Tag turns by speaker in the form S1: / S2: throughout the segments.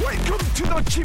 S1: Welcome to the g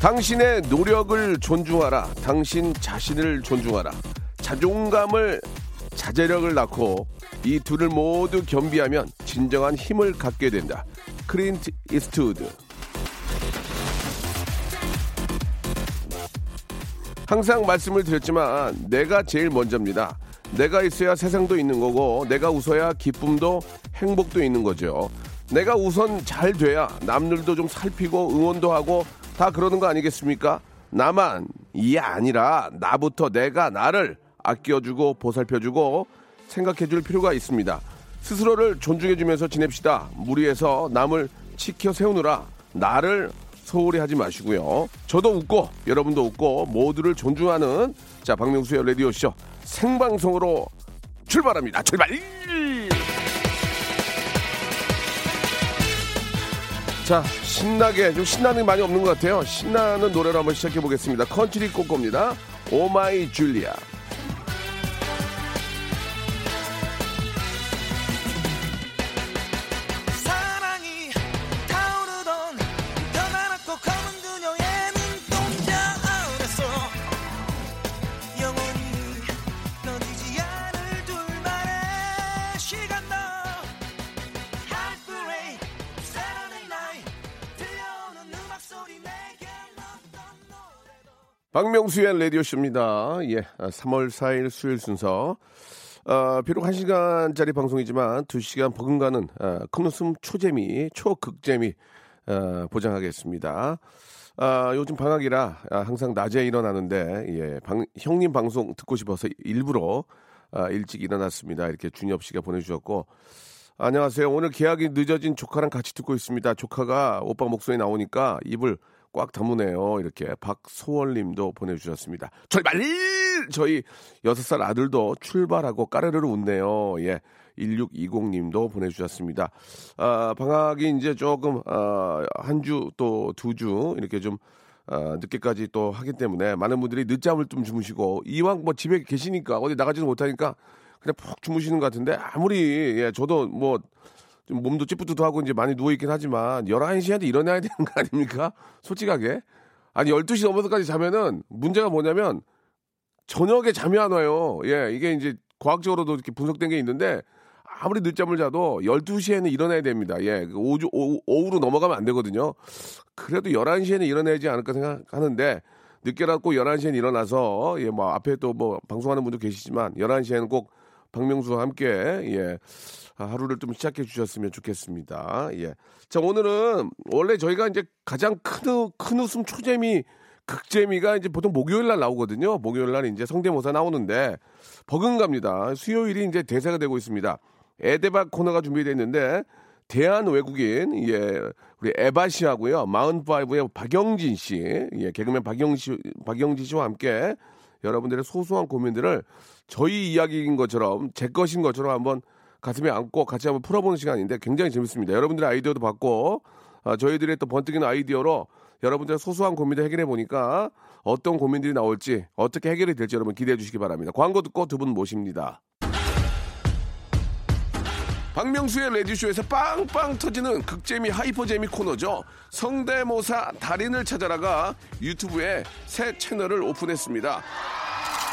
S2: 당신의 노력을 존중하라 당신 자신을 존중하라 자존감을 자제력을 낳고 이 둘을 모두 겸비하면 진정한 힘을 갖게 된다 크린트 이스트우드 항상 말씀을 드렸지만 내가 제일 먼저입니다. 내가 있어야 세상도 있는 거고 내가 웃어야 기쁨도 행복도 있는 거죠. 내가 우선 잘 돼야 남들도 좀 살피고 응원도 하고 다 그러는 거 아니겠습니까? 나만 이 아니라 나부터 내가 나를 아껴주고 보살펴주고 생각해줄 필요가 있습니다. 스스로를 존중해주면서 지냅시다. 무리해서 남을 치켜 세우느라 나를 소홀히 하지 마시고요. 저도 웃고 여러분도 웃고 모두를 존중하는 자 박명수의 라디오 쇼 생방송으로 출발합니다. 출발! 자 신나게 좀 신나는 게 많이 없는 것 같아요. 신나는 노래로 한번 시작해 보겠습니다. 컨트리 꼬꼬입니다. 오마이 줄리아.
S3: 사랑이 타오르던 변화랗고 검은 그녀의 눈동자 아래서 영원히 꺼지지 않을 둘만의 시간도 Heartbreak, Saturday night 들려오는 음악 소리 내게 넣던 노래도
S2: 박명수의 라디오쇼입니다. 예, 아, 3월 4일 수요일 순서. 아, 비록 1시간짜리 방송이지만 2시간 버금가는 아, 큰 웃음 초재미, 초극재미 아, 보장하겠습니다. 아, 요즘 방학이라 아, 항상 낮에 일어나는데 예, 방- 형님 방송 듣고 싶어서 일부러 아, 일찍 일어났습니다. 이렇게 준엽 씨가 보내주셨고 안녕하세요. 오늘 계약이 늦어진 조카랑 같이 듣고 있습니다. 조카가 오빠 목소리 나오니까 입을 꽉 다무네요. 이렇게 박소월님도 보내주셨습니다. 출발! 저희 6살 아들도 출발하고 까르르 웃네요. 예. 1620님도 보내주셨습니다. 아, 방학이 이제 조금, 아, 한 주 또 두 주 이렇게 좀 아, 늦게까지 또 하기 때문에 많은 분들이 늦잠을 좀 주무시고 이왕 뭐 집에 계시니까 어디 나가지도 못하니까 그냥 푹 주무시는 것 같은데 아무리 예, 저도 뭐 좀 몸도 찌뿌듯하고 이제 많이 누워있긴 하지만 11시에도 일어나야 되는 거 아닙니까? 솔직하게. 아니 12시 넘어서까지 자면은 문제가 뭐냐면 저녁에 잠이 안 와요. 예, 이게 이제 과학적으로도 이렇게 분석된 게 있는데 아무리 늦잠을 자도 12시에는 일어나야 됩니다. 예, 그 오주, 오후, 오후로 넘어가면 안 되거든요. 그래도 11시에는 일어나야지 않을까 생각하는데 늦게라고 11시에는 일어나서 예, 뭐 앞에 또 뭐 방송하는 분도 계시지만 11시에는 꼭 박명수와 함께 예, 아, 하루를 좀 시작해 주셨으면 좋겠습니다. 예. 자, 오늘은 원래 저희가 이제 가장 큰, 우- 큰 웃음 초재미 극재미가 이제 보통 목요일 날 나오거든요. 목요일 날 이제 성대모사 나오는데 버금갑니다. 수요일이 이제 대세가 되고 있습니다. 에데바 코너가 준비되어 있는데 대한 외국인 예 우리 에바 씨하고요 마흔파이브의 박영진 씨 예, 개그맨 박영시 박영진 씨와 함께 여러분들의 소소한 고민들을 저희 이야기인 것처럼 제 것인 것처럼 한번 가슴에 안고 같이 한번 풀어보는 시간인데 굉장히 재밌습니다. 여러분들의 아이디어도 받고 아, 저희들의 또 번뜩이는 아이디어로 여러분들의 소소한 고민을 해결해 보니까 어떤 고민들이 나올지 어떻게 해결이 될지 여러분 기대해 주시기 바랍니다. 광고 듣고 두 분 모십니다. 박명수의 레디쇼에서 빵빵 터지는 극재미 하이퍼재미 코너죠. 성대모사 달인을 찾아라가 유튜브에 새 채널을 오픈했습니다. 아,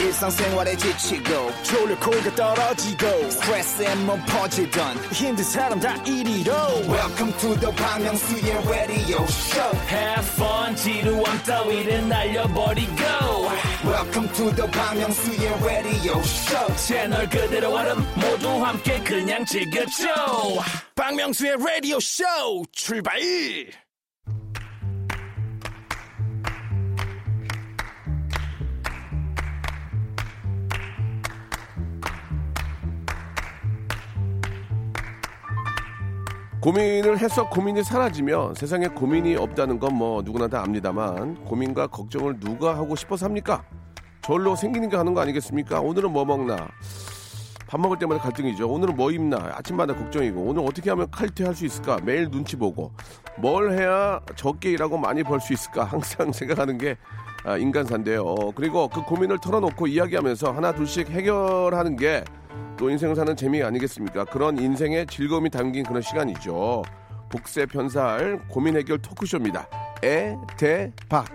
S4: 일상생활에 지치고, 졸려 코가 떨어지고, 스트레스에 몸 퍼지던, 힘든 사람 다
S1: E
S4: 이리로. welcome to the Bang Myung-soo's radio show
S5: Have fun 지루함 따위를 날려버리고
S4: welcome to the Bang Myung-soo's radio show
S5: 채널 그대로 얼음 모두 함께 그냥 즐겨줘
S6: 박명수의 라디오 쇼 출발
S2: 고민을 해서 고민이 사라지면 세상에 고민이 없다는 건 뭐 누구나 다 압니다만 고민과 걱정을 누가 하고 싶어서 합니까? 절로 생기니까 하는 거 아니겠습니까? 오늘은 뭐 먹나? 밥 먹을 때마다 갈등이죠. 오늘은 뭐 입나? 아침마다 걱정이고 오늘 어떻게 하면 칼퇴할 수 있을까? 매일 눈치 보고 뭘 해야 적게 일하고 많이 벌 수 있을까? 항상 생각하는 게 아, 인간사인데요. 그리고 그 고민을 털어놓고 이야기하면서 하나 둘씩 해결하는 게 또 인생을 사는 재미 아니겠습니까? 그런 인생의 즐거움이 담긴 그런 시간이죠. 복세 편살 고민 해결 토크쇼입니다. 에, 대, 박.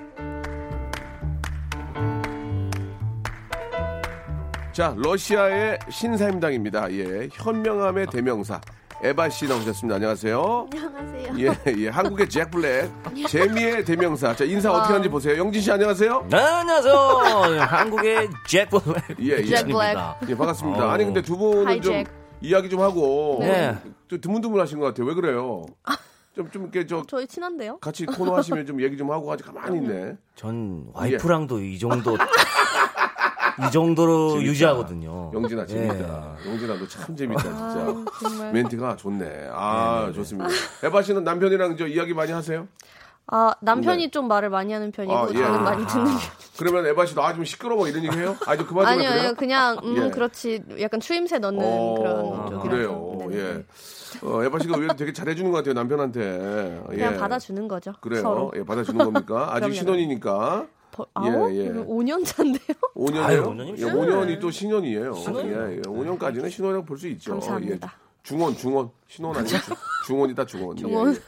S2: 자, 러시아의 신사임당입니다. 예, 현명함의 대명사. 에바 씨 나오셨습니다. 안녕하세요.
S7: 안녕하세요.
S2: 예, 예. 한국의 잭 블랙. 재미의 대명사. 자, 인사 어떻게 하는지 보세요. 영진 씨 안녕하세요.
S5: 안녕하세요 네, 한국의 잭 블랙
S2: 예, 예.
S7: 잭 블랙.
S2: 예, 반갑습니다.
S5: 어.
S2: 아니 근데 두 분은
S7: 하이,
S2: 좀
S7: 잭.
S2: 이야기 좀 하고
S5: 네.
S2: 좀 드문드문하신 것 같아요. 왜 그래요? 좀 좀 이렇게 저
S7: 저희 친한데요?
S2: 같이 코너 하시면 좀 얘기 좀 하고 아직 가만히 있네. 예.
S5: 전 와이프랑도 이 정도 이 정도로
S2: 재밌다.
S5: 유지하거든요 예.
S2: 영진아 재밌다. 영진아 너 참 재밌다 진짜. 멘트가 좋네. 아 좋습니다. 에바 씨는 남편이랑 저 이야기 많이 하세요?
S7: 아 남편이 좀 말을 많이 하는 편이고
S2: 네. 아, 예.
S7: 저는 많이 듣는 편.
S2: 그러면 에바 씨도 아 좀 시끄러워 이런 얘기 해요? 아좀 그만 좀
S7: 아니요,
S2: 해요.
S7: 아니요, 그냥 음
S2: 예. 아,
S7: 그렇지 약간 추임새 넣는 네, 그런 쪽이라서.
S2: 어, 그래요.
S7: 네, 네.
S2: 예. 어, 에바 씨가 의외로 되게 잘해주는 것 같아요 남편한테.
S7: 그냥
S2: 예.
S7: 받아주는 거죠.
S2: 그래요.
S7: 서로.
S2: 예, 받아주는 겁니까? 아직
S7: 그럼요.
S2: 신혼이니까.
S7: 버- 아오?
S2: 예, 예.
S7: 5년 차인데요?
S2: 5년이요?
S5: 아유, 5년이면
S2: 예, 5년이 또 신혼이에요. 예, 예. 5년까지는 신혼이라고 볼 수 있죠.
S7: 네. 감사합니다. 그렇죠.
S2: 예. 중혼, 중혼. 신혼 아니고 주- 중혼이다, 중혼.
S7: 중혼.
S2: 예, 예.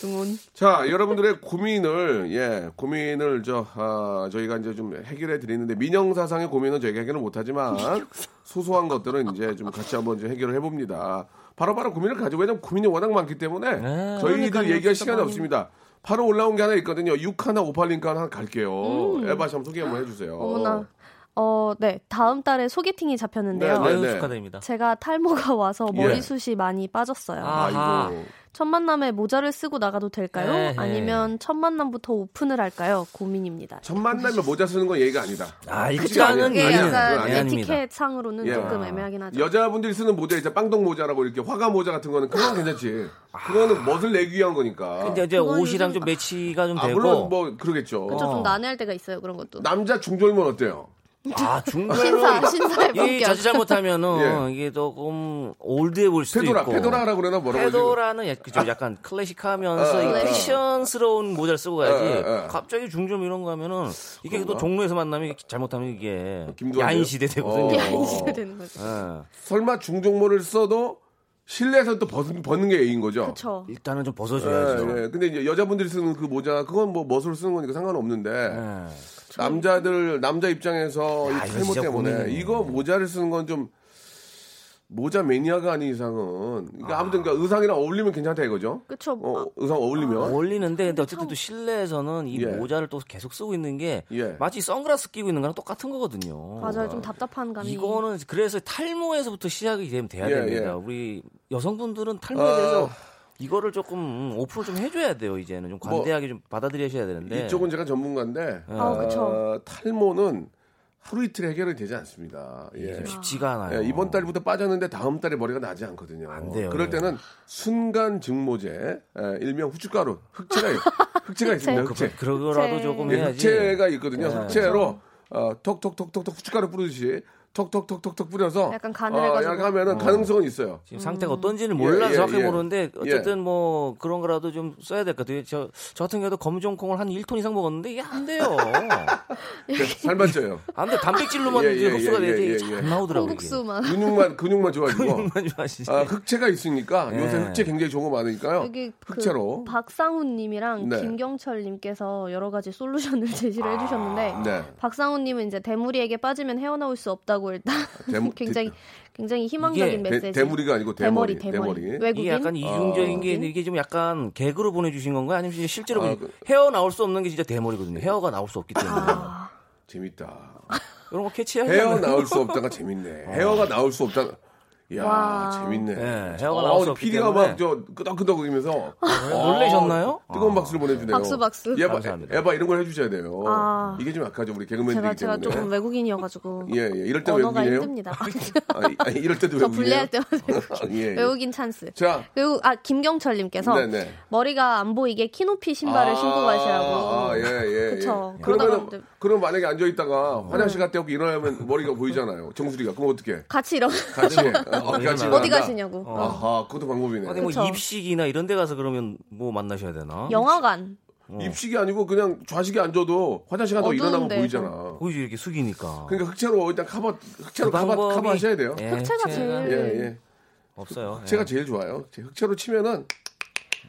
S7: 중혼.
S2: 자, 여러분들의 고민을, 예, 고민을 저, 아, 저희가 이제 좀 해결해 드리는데, 민영사상의 고민은 저희가 해결을 못하지만, 소소한 것들은 이제 좀 같이 한번 좀 해결을 해봅니다. 바로바로 고민을 가지고, 왜냐면 고민이 워낙 많기 때문에, 저희들
S7: 네. 그러니까요,
S2: 얘기할
S7: 진짜
S2: 시간이
S7: 많이.
S2: 없습니다. 바로 올라온 게 하나 있거든요. 6 하나, 5팔링크 하나 갈게요. 에바 씨 한번 소개 한번 해주세요.
S7: 음. 어머나. 어, 네. 다음 달에 소개팅이 잡혔는데요.
S2: 네,
S5: 아유
S2: 네.
S5: 축하드립니다
S7: 제가 탈모가 와서
S2: 예.
S7: 머리숱이 많이 빠졌어요.
S5: 아하.
S2: 아이고.
S7: 첫 만남에 모자를 쓰고 나가도 될까요?
S2: 예,
S5: 에헤.
S7: 아니면 첫 만남부터 오픈을 할까요? 고민입니다.
S2: 첫 만남에 모자 쓰는 건 예의가 아니다.
S5: 아
S2: 그쵸,
S5: 일단은
S2: 그게
S7: 이게
S2: 아니에요.
S7: 예, 약간
S2: 그건
S5: 아닙니다.
S7: 에티켓 상으로는
S2: 예.
S7: 조금 애매하긴 하죠.
S2: 여자분들이 쓰는 모자 이제 빵동 모자라고 이렇게 화가 모자 같은 거는 그건 괜찮지.
S7: 아.
S2: 그거는 멋을 내기 위한 거니까.
S5: 근데 이제
S7: 그건
S5: 옷이랑
S7: 요즘-
S5: 좀 매치가 좀
S2: 아
S5: 되고
S2: 물론 뭐 그러겠죠.
S7: 저 좀
S5: 어.
S7: 난해할 때가 있어요 그런 것도.
S2: 남자 중졸면 어때요?
S5: 아 중간은
S2: 어.
S7: 신사 신사의
S5: 이
S7: 본격.
S5: 자칫 잘못하면은 이게 조금 올드해 보일 수도
S2: 예. 페도라,
S5: 있고
S2: 페도라라고 그러나 뭐라고
S5: 페도라는 약- 그죠, 약간 클래식하면서
S2: 아,
S5: 이
S2: 아, 아.
S5: 패션스러운 모자를 쓰고
S2: 아, 아, 아.
S5: 가야지 갑자기 중점 이런 거 하면은 이게 또 종로에서 만나면 이게 잘못하면 이게
S2: 김두한데요?
S5: 야인 시대 되거든요.
S2: 어.
S7: 야인 시대 되는 거죠.
S5: 예.
S2: 설마 중종모를 써도 실내에서 또 벗는, 벗는 게 예의인 거죠?
S7: 그렇죠.
S5: 일단은 좀
S2: 예,
S5: 벗어줘야죠.
S2: 예. 근데 이제 여자분들이 쓰는 그 모자 그건 뭐 멋으로 쓰는 거니까 상관없는데
S5: 예.
S2: 남자들 남자 입장에서
S5: 야,
S2: 이
S5: 아, 이거
S2: 탈모
S5: 진짜
S2: 때문에
S5: 고민이네.
S2: 이거 모자를 쓰는 건 좀 모자 매니아가 아닌 이상은 그러니까 아. 무튼 그러니까 의상이랑 어울리면 괜찮다 이거죠.
S7: 그렇죠.
S2: 어, 의상
S5: 아,
S2: 어울리면
S5: 어울리는데 근데 어쨌든 또 실내에서는 이
S2: 예.
S5: 모자를 또 계속 쓰고 있는 게
S2: 예.
S5: 마치 선글라스 끼고 있는 거랑 똑같은 거거든요.
S7: 맞아요. 좀 답답한 감이.
S5: 이거는 그래서 탈모에서부터 시작이 되면 돼야
S2: 예, 아.
S5: 됩니다.
S2: 예.
S5: 우리 여성분들은 탈모에 대해서 이거를 조금 오프를 좀 해줘야 돼요. 이제는 좀 관대하게 좀 받아들여셔야 되는데
S2: 이쪽은 제가 전문가인데
S7: 아, 그쵸.
S2: 어, 탈모는 하루 이틀 해결이 되지 않습니다. 예.
S5: 좀 쉽지가 않아요.
S2: 예, 이번 달부터 빠졌는데 다음 달에 머리가 나지 않거든요.
S5: 안 돼요.
S2: 그럴 때는 순간 증모제, 예, 일명 후춧가루, 흑채가 있- 흑채가 있습니다. 흑채.
S5: 그, 러고라도
S7: 흑채.
S5: 조금
S2: 예,
S5: 해야지. 그렇죠.
S2: 흑채가 있거든요. 흑채로 어, 톡톡톡톡톡 후춧가루 뿌리듯이 톡톡톡톡톡 뿌려서 어,
S7: 약간 간을 해가지고.
S2: 약간 하면은 가능성은 있어요.
S5: 지금
S7: 음.
S5: 상태가 어떤지는 몰라서
S2: 예,
S5: 정확히
S2: 예.
S5: 모르는데 어쨌든 뭐 그런 거라도 좀 써야 될 것 같아요. 저, 저 같은 경우도 검정콩을 한 1톤 이상 먹었는데 이게 안 돼요.
S2: 그래서 살 네, 맞쪄요.
S5: 안 돼. 단백질로만
S2: 예, 예,
S5: 이제 흡수가
S2: 예,
S5: 되지
S2: 예,
S5: 잘
S2: 예.
S5: 안 나오더라고요. 이게.
S7: 콩국수만
S2: 근육만 근육만 좋아지고
S5: 그만 좀 하시죠.
S2: 아, 흑채가 있으니까 요새
S5: 예.
S2: 흑채 굉장히 좋은 거 많으니까요.
S7: 여기 그
S2: 어. 흑채로
S7: 박상훈님이랑
S2: 네. 아,
S7: 김경철님께서 여러 가지 솔루션을 제시를 해주셨는데
S2: 네.
S7: 박상훈님은 이제 대물이에게 빠지면 헤어나올 수 없다고 일단
S2: 아, 대물-
S7: 굉장히
S2: 대-
S7: 굉장히 희망적인
S5: 이게
S7: 메시지.
S2: 대, 무리가 아니고 대머리
S7: 대머리, 대머리.
S5: 이게
S7: 외국인
S5: 약간 이중적인 게
S7: 외국인?
S5: 이게 좀 약간 개그로 보내주신 건가요? 아니면 진짜 실제로
S2: 어. 아,
S5: 보내-
S2: 그-
S5: 헤어 나올 수 없는 게 진짜 대머리거든요. 헤어가 나올
S7: 아.
S5: 수 없기 때문에
S2: 재밌다.
S5: 이런 거 캐치해야
S2: 헤어 나올 수 없다가
S7: 아.
S2: 재밌네. 헤어가 나올 수 없다. 이야 재밌네.
S5: 예, 헤어가 나올 수 없기
S2: PD가
S5: 때문에. 아,
S2: 막저 끄덕끄덕거리면서
S5: 놀라셨나요? 아.
S2: 어, 뜨거운 박수를 보내주네요.
S7: 박수, 박수.
S2: 예바,
S5: 감사합니다.
S2: 에바 이런 걸 해주셔야 돼요.
S7: 아.
S2: 이게 좀 약하죠 우리 개그맨들이
S7: 제가
S2: 기
S7: 제가
S2: 때문에.
S7: 조금 외국인이어가지고
S2: 예, 예. 이럴 때
S7: 언어가
S2: 외국인이에요?
S7: 힘듭니다.
S2: 아니, 아니, 이럴 때도
S7: 저
S2: 외국인이에요.
S7: 불리할 때마다
S2: 예, 예.
S7: 외국인 찬스.
S2: 자.
S7: 그리고 아 김경철님께서
S2: 네네.
S7: 머리가 안 보이게 키높이 신발을 신고
S2: 아,
S7: 가시라고.
S2: 예, 예.
S7: 그쵸.
S2: 예.
S7: 그러다가 음.
S2: 그러면,
S7: 근데-
S2: 그럼 만약에 앉아있다가 화장실 갔다 오고 일어나면 머리가 보이잖아요. 정수리가. 그럼 어떻게?
S7: 같이 이러.
S2: 같이. 해. 어, 같이
S7: 어디
S2: 일어난다.
S7: 가시냐고. 어.
S2: 아하, 그것도 방법이네.
S5: 아니 뭐
S7: 그쵸.
S5: 입식이나 이런 데 가서 그러면 뭐 만나셔야 되나?
S7: 영화관.
S2: 입식이 아니고 그냥 좌식이 앉아도 화장실 갔다 오고 일어나면
S7: 어두운데.
S2: 보이잖아.
S5: 보이죠 이렇게 숙이니까.
S2: 그러니까 흑채로 일단 커버, 흑채로
S5: 그
S2: 커버,
S5: 방법이-
S2: 커버 하셔야 돼요.
S5: 예,
S7: 흑채가
S5: 흑채가
S2: 예,
S7: 제일
S2: 예.
S5: 없어요.
S2: 흑채가 제일 좋아요. 제 흑채로 치면은,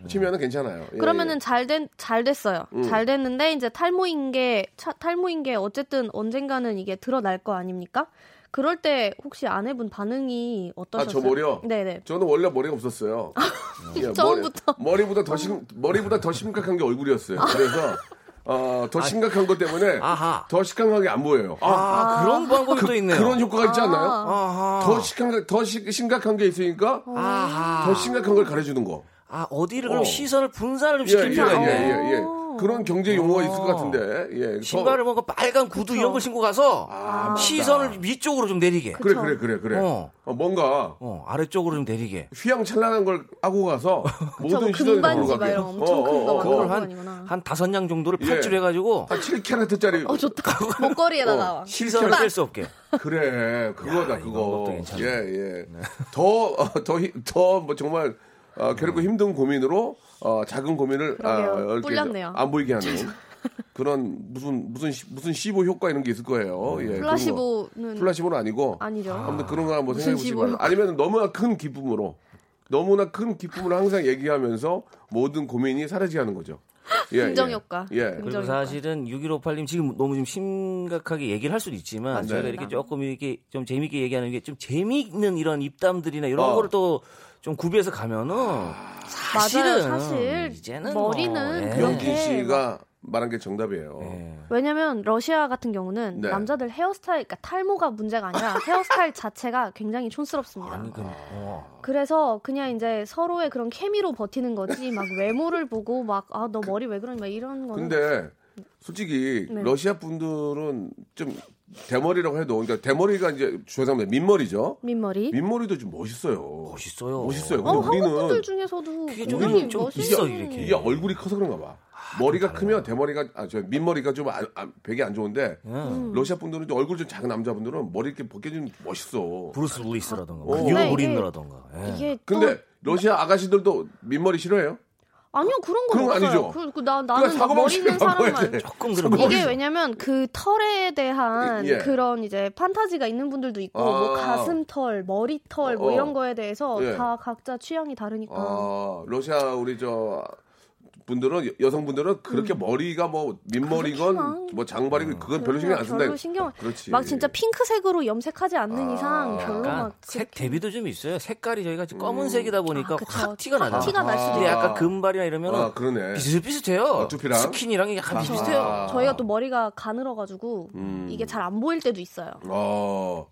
S2: 치면은 괜찮아요. 예,
S7: 그러면은
S2: 예. 음.
S7: 잘된잘 됐어요. 잘 됐는데 이제 탈모인 게 차- 탈모인 게 어쨌든 언젠가는 이게 드러날 거 아닙니까? 그럴 때 혹시 아내분 반응이 어떠셨어요?
S2: 머리요?
S7: 네네.
S2: 저는 원래 머리가 없었어요. 예,
S7: 처음부터.
S2: 머리, 보다더 심, 머리보다 더 심각한 게 얼굴이었어요. 그래서 어, 더 심각한 것 때문에
S5: 아. 아하.
S2: 더 심각하게 안 보여요.
S5: 아,
S2: 아,
S5: 그런 방법이 또 있네요.
S2: 그런 효과가 있지 않나요?
S5: 아하.
S2: 더 심각한 더 시- 심각한 게 있으니까
S5: 아하.
S2: 더 심각한 걸 가려주는 거.
S5: 아 어디를
S2: 어.
S5: 그럼 시선을 분산을 좀
S2: 예,
S5: 시킬
S2: 예, 예,
S5: 필요가 있네.
S2: 예, 예. 그런 경제 용어가 있을 것 같은데. 예. 더-
S5: 신발을 뭔가 빨간 구두 이런 걸 신고 가서 시선을 위쪽으로 좀 내리게.
S2: 아, 그래 그래 그래 그래.
S5: 어.
S2: 어, 뭔가
S5: 어 아래쪽으로 좀 내리게.
S2: 휘황찬란한 걸 하고 가서 모든
S7: 뭐
S2: 시선이
S7: 금반지
S2: 들어가게.
S7: 막 이런 엄청
S2: 어,
S7: 큰
S2: 어,
S7: 거
S2: 어,
S7: 막
S2: 어.
S7: 그런 거.
S5: 한,
S7: 아니구나.
S5: 한 다섯 냥 정도를
S2: 예.
S5: 팔찌로 해가지고
S2: 한 7캐럿짜리
S7: 어 좋다. 목걸이에다
S2: 어,
S7: 나와.
S5: 시선을 뺄 수 없게.
S2: 그래 그거다
S5: 것도
S2: 그거
S5: 괜찮네.
S2: 예예 어, 더더더뭐 정말 어, 결코
S5: 음.
S2: 힘든 고민으로 어, 작은 고민을 아,
S7: 그러게요.
S2: 이렇게
S7: 뿔렸네요.
S2: 안 보이게 하는 그런 무슨 무슨 시- 무슨 시보 효과 이런 게 있을
S5: 음.
S2: 거예요 예, 그런 거.
S7: 플라시보는
S2: 플라시보는 아니고
S7: 아니죠.
S2: 아무튼 그런 거 한번
S7: 무슨
S2: 생각해 보시기
S7: 시보
S2: 바랍니다 아니면 너무나 큰 기쁨으로 너무나 큰 기쁨으로 항상 얘기하면서 모든 고민이 사라지게 하는 거죠 예,
S7: 긍정
S2: 예.
S7: 효과.
S2: 예
S7: 긍정
S5: 그리고 사실은 6158님 지금 너무 좀 심각하게 얘기를 할 수도 있지만
S2: 아, 네.
S5: 저희가 이렇게 조금 이렇게 좀 재미있게 얘기하는 게 좀 재미있는 이런 입담들이나 이런
S2: 어.
S5: 거를 또 좀 구비해서 가면은
S7: 맞아요.
S5: 사실은 음,
S7: 사실
S5: 이제는
S7: 머리는
S5: 뭐, 예.
S7: 그렇게
S2: 영진 씨가
S7: 네.
S2: 말한 게 정답이에요
S5: 예.
S7: 왜냐면 러시아 같은 경우는
S2: 네.
S7: 남자들 헤어스타일, 그러니까 탈모가 문제가 아니라 헤어스타일 자체가 굉장히 촌스럽습니다.
S5: 아니, 그럼, 어.
S7: 그래서 그냥 이제 서로의 그런 케미로 버티는 거지 막 외모를 보고 막 아 너 머리 왜 그러니 막 이런 거는
S2: 근데 솔직히
S7: 네.
S2: 러시아 분들은 좀 대머리라고 해도 그러니까 대머리가 이제 죄송합니다 민머리죠.
S7: 민머리.
S2: 민머리도 좀 멋있어요.
S5: 멋있어요.
S2: 멋있어요.
S7: 어
S2: 근데
S7: 한국 분들
S2: 우리는
S7: 중에서도
S5: 그게 좀-
S7: 굉장히
S5: 좀
S7: 멋있는-
S5: 있어, 이렇게.
S2: 이게 얼굴이 커서 아, 그런가 봐. 머리가 크면 대머리가 아 저 민머리가 좀 안- 안- 배기 안 좋은데
S7: 음.
S5: 예.
S2: 러시아 분들은 좀 얼굴 좀 작은 남자분들은 머리 이렇게 벗겨지면 멋있어.
S5: 브루스 윌리스라던가
S2: 어.
S5: 뉴
S7: 근데
S5: 브린너라던가 예.
S7: 네, 이게 또
S2: 근데 러시아 아가씨들도 민머리 싫어해요?
S7: 아니요 그런 건
S2: 그런 거
S7: 없어요.
S2: 아니죠. 그러니까
S7: 그, 그, 나, 나는 막
S2: 사고
S7: 머리 있는
S2: 방식을 바꿔야
S7: 사람만
S2: 돼.
S5: 조금 그런 거
S7: 이게 왜냐면 그 털에 대한
S2: 예.
S7: 그런 이제 판타지가 있는 분들도 있고 뭐
S2: 아.
S7: 가슴털, 머리털 뭐
S2: 어.
S7: 이런 거에 대해서
S2: 예.
S7: 다 각자 취향이 다르니까 어.
S2: 아, 러시아 우리 저 분들은 여- 여성분들은 그렇게 머리가 뭐 민머리건
S7: 음. 그렇게
S2: 뭐 장발이건 그건 별로
S7: 그냥
S2: 신경 안 쓴다.
S7: 별로 신경
S2: 그렇지.
S7: 막 진짜 핑크색으로 염색하지 않는
S2: 아.
S7: 이상 별로 어,
S5: 약간
S7: 막
S5: 그러니까
S7: 그
S5: 색 대비도 좀 있어요. 색깔이 저희가 지금 검은색이다 보니까
S7: 아, 그쵸.
S5: 확 티가 나요.
S7: 확 티가 날 수도
S5: 근데
S7: 있어요.
S5: 약간 금발이나 이러면
S2: 아
S5: 은
S2: 그러네.
S5: 비슷비슷해요.
S2: 아, 두피랑?
S5: 스킨이랑 약간 비슷해요.
S2: 아.
S7: 저희가 또 머리가 가늘어가지고
S2: 음.
S7: 이게 잘 안 보일 때도 있어요.
S2: 아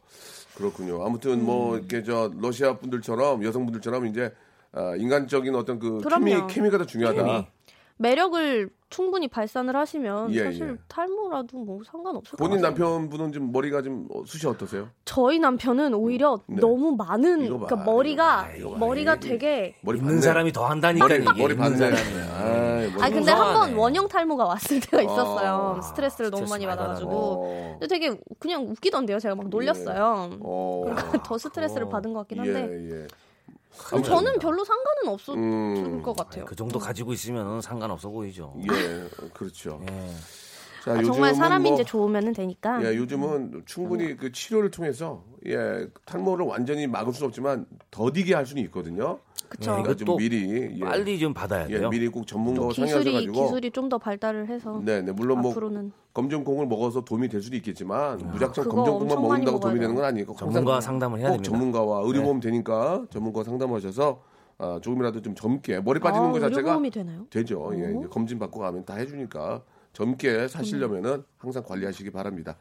S2: 그렇군요. 아무튼
S7: 음.
S2: 뭐 이렇게 저 러시아 분들처럼 여성분들처럼 이제 아, 인간적인 어떤 그
S7: 그럼요.
S2: 케미 케미가 더 중요하다.
S7: 매력을 충분히 발산을 하시면
S2: 예,
S7: 사실
S2: 예.
S7: 탈모라도 뭐 상관없을 것
S2: 본인
S7: 같아요.
S2: 남편분은 좀 머리가 좀 어, 숱이 어떠세요?
S7: 저희 남편은 오히려
S2: 네.
S7: 너무 많은
S2: 이거 봐,
S7: 그러니까
S2: 이거
S7: 머리가
S2: 봐, 이거 봐.
S7: 머리가
S2: 이게-
S7: 되게
S2: 머리
S5: 있는
S2: 반네.
S5: 사람이 더 한다니까
S2: 머리,
S5: 이게.
S2: 머리
S5: 있는
S2: 반네.
S5: 사람이.
S2: 아이, 머리
S7: 아 근데 한 번
S5: 무서워하네.
S7: 원형 탈모가 왔을 때가 있었어요.
S2: 아,
S7: 스트레스를 너무
S5: 스트레스
S7: 많이
S5: 많이
S7: 받아가지고.
S2: 어,
S7: 근데 되게 그냥 웃기던데요. 제가 막 놀렸어요.
S2: 어.
S7: 그러니까 더 스트레스를 받은 것 같긴 한데.
S2: 예, 예.
S7: 근데 저는 별로 상관은 없을
S2: 음.
S7: 것 같아요.
S5: 그 정도 가지고 있으면 상관없어 보이죠.
S2: 예, 그렇죠.
S5: 예.
S2: 자,
S7: 아, 음. 정말
S2: 요즘은
S7: 사람이
S2: 뭐-
S7: 이제 좋으면 되니까.
S2: 예, 요즘은 충분히 그 치료를 통해서 예, 탈모를 완전히 막을 수는 없지만 더디게 할 수는 있거든요.
S7: 그쵸.
S2: 그러니까 좀
S5: 이것도
S2: 미리 예,
S5: 빨리 좀 받아야
S2: 예,
S5: 돼요.
S2: 미리 꼭 전문가와 상의하셔
S7: 기술이
S2: 가지고
S7: 기술이 좀 더 발달을 해서
S2: 네, 네. 물론 뭐
S7: 앞으로는
S2: 검정콩을 먹어서 도움이 될 수도 있겠지만 무작정
S7: 그거
S2: 검정콩만
S7: 엄청 많이
S2: 먹는다고 도움이
S7: 먹어야
S2: 되는 건 아니니까
S5: 아. 전문가와 상담을 해야
S2: 꼭
S5: 됩니다. 네.
S2: 전문가와 의료보험 되니까 전문가와 상담하셔서 아, 조금이라도 좀 젊게 머리 빠지는
S7: 아,
S2: 거 자체가
S7: 의료보험이 되나요?
S2: 되죠.
S7: 어?
S2: 예, 이제 검진 받고 가면 다 해주니까 젊게 사시려면은 항상 관리하시기 바랍니다.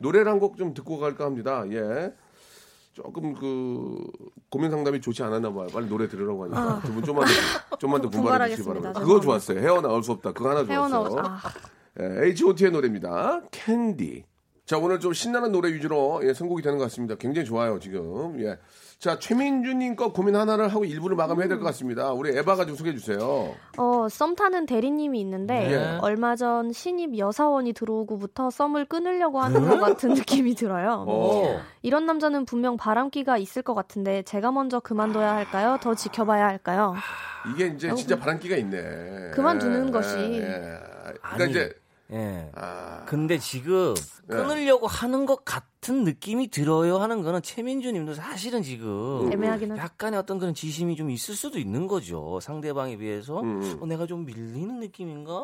S2: 노래를 한 곡 좀 듣고 갈까 합니다. 예. 조금 그 고민 상담이 좋지 않았나 봐요. 빨리 노래 들으라고 하니까 두 분 좀만 더, 좀만 더
S7: 분-
S2: 분발해 주시기
S7: 아. 분발하겠습니다.
S2: 바랍니다. 그거
S7: 죄송합니다.
S2: 좋았어요. 헤어나올 수 없다. 그거 하나 좋았어요.
S7: 헤어나오죠. 아,
S2: 예, H.O.T.의 노래입니다. 캔디. 자, 오늘 좀 신나는 노래 위주로 예, 선곡이 되는 것 같습니다. 굉장히 좋아요, 지금. 예. 자, 최민주님 거 고민 하나를 하고 일부를 마감해야
S7: 음.
S2: 될 것 같습니다. 우리 에바가 좀 소개해 주세요.
S7: 어, 썸 타는 대리님이 있는데
S2: 예.
S7: 얼마 전 신입 여사원이 들어오고부터 썸을 끊으려고 하는 것 같은 느낌이 들어요.
S2: 네?
S7: 뭐
S2: 어.
S7: 이런 남자는 분명 바람기가 있을 것 같은데 제가 먼저 그만둬야 할까요? 더 지켜봐야 할까요?
S2: 이게 이제 진짜 바람기가 있네.
S7: 그 그만두는
S2: 예,
S7: 것이.
S2: 예. 그러니까
S5: 아니.
S2: 이제 예.
S5: 예.
S2: 아,
S5: 근데 지금 끊으려고 하는 것 같은 느낌이 들어요 하는 거는 최민주님도 사실은 지금
S7: 음. 애매하긴 하죠.
S5: 약간의 어떤 그런 지심이 좀 있을 수도 있는 거죠 상대방에 비해서
S2: 음,
S5: 어, 내가 좀 밀리는 느낌인가
S2: 아,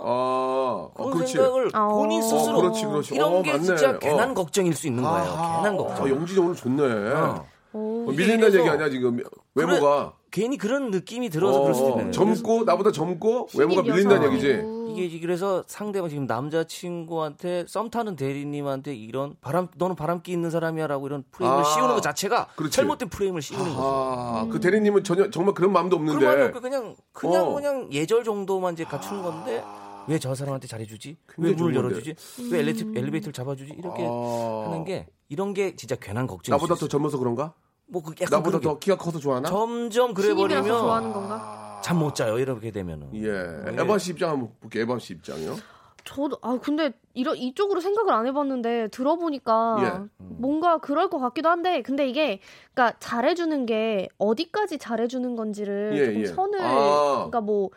S2: 어,
S5: 그런
S2: 그렇지.
S5: 생각을
S7: 아.
S5: 본인 스스로
S2: 어, 그렇지, 그렇지.
S5: 이런
S2: 어,
S5: 게
S2: 맞네.
S5: 진짜 괜한
S2: 어.
S5: 걱정일 수 있는 거예요 괜한
S2: 아,
S5: 걱정
S2: 영진이 오늘 좋네.
S5: 어.
S7: 오,
S2: 어, 밀린다는
S5: 이래서-
S2: 얘기 아니야, 지금. 외모가.
S5: 괜히 그런 느낌이 들어서 그럴 수도 있는
S2: 어,
S5: 거예요
S2: 젊고, 나보다 젊고, 외모가 밀린다는 얘기지.
S7: 음.
S5: 이게 이제 그래서 상대방 지금 남자친구한테 썸 타는 대리님한테 이런 바람 너는 바람기 있는 사람이야라고 이런 프레임을
S2: 아,
S5: 씌우는 것 자체가
S2: 그렇지.
S5: 잘못된 프레임을 씌우는 거죠.
S2: 아, 그 대리님은 전혀 정말 그런 마음도
S5: 그런 말이 없고
S2: 없는데.
S5: 그냥 그냥
S2: 어. 아.
S5: 그냥 예절 정도만 이제 갖춘 건데 왜 저 사람한테 잘해주지? 왜
S2: 굉장히
S5: 문을
S2: 좋은
S5: 열어주지? 왜 엘리베이터, 엘리베이터를 잡아주지? 이렇게
S2: 아.
S5: 하는 게 이런 게 진짜 괜한 걱정이
S2: 나보다 더 젊어서 그런가?
S5: 뭐 그게 약간
S2: 나보다
S5: 그런
S2: 더
S5: 게
S2: 키가 커서 좋아하나?
S5: 점점 그래
S7: 신입이라서
S5: 버리면
S7: 좋아하는 건가?
S5: 잠 못 자요 이렇게 되면은
S2: 예.
S5: 네.
S2: 에반 씨 입장 한번 볼게요. 에반 씨 입장이요.
S7: 저도 아 근데 이런 이쪽으로 생각을 안 해봤는데 들어보니까
S2: 예.
S7: 뭔가 그럴 것 같기도 한데 근데 이게 그러니까 잘해주는 게 어디까지 잘해주는 건지를
S2: 예,
S7: 조금
S2: 예.
S7: 선을
S2: 아.
S7: 그러니까 뭐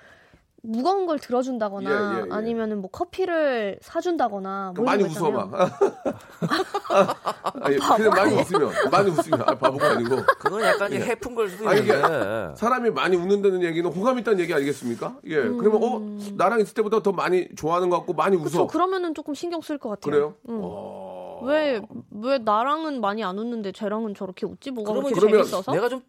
S7: 무거운 걸 들어준다거나
S2: 예, 예, 예.
S7: 아니면은 뭐 커피를 사준다거나
S2: 그럼
S7: 뭐
S2: 많이
S7: 이런 거 있잖아요.
S2: 웃어봐. 아니, 그냥 많이 웃으면. 많이 웃으면. 아, 바보가 아니고.
S5: 그건 약간 이제 해픈 걸 수도
S2: 예. 아니, 이게-
S5: 있는데
S2: 사람이 많이 웃는다는 얘기는 호감 있다는 얘기 아니겠습니까? 예. 그러면, 어, 나랑 있을 때보다 더 많이 좋아하는 것 같고, 많이
S7: 음. 그렇죠. 음.
S2: 웃어.
S7: 그러면은 조금 신경 쓸 것 같아요.
S2: 그래요?
S7: 응.
S2: 어.
S7: 왜, 왜 나랑은 많이 안 웃는데 쟤랑은 저렇게 웃지 뭐가
S5: 그러면
S7: 그렇게
S2: 그러면
S7: 재밌어서?
S5: 내가 좀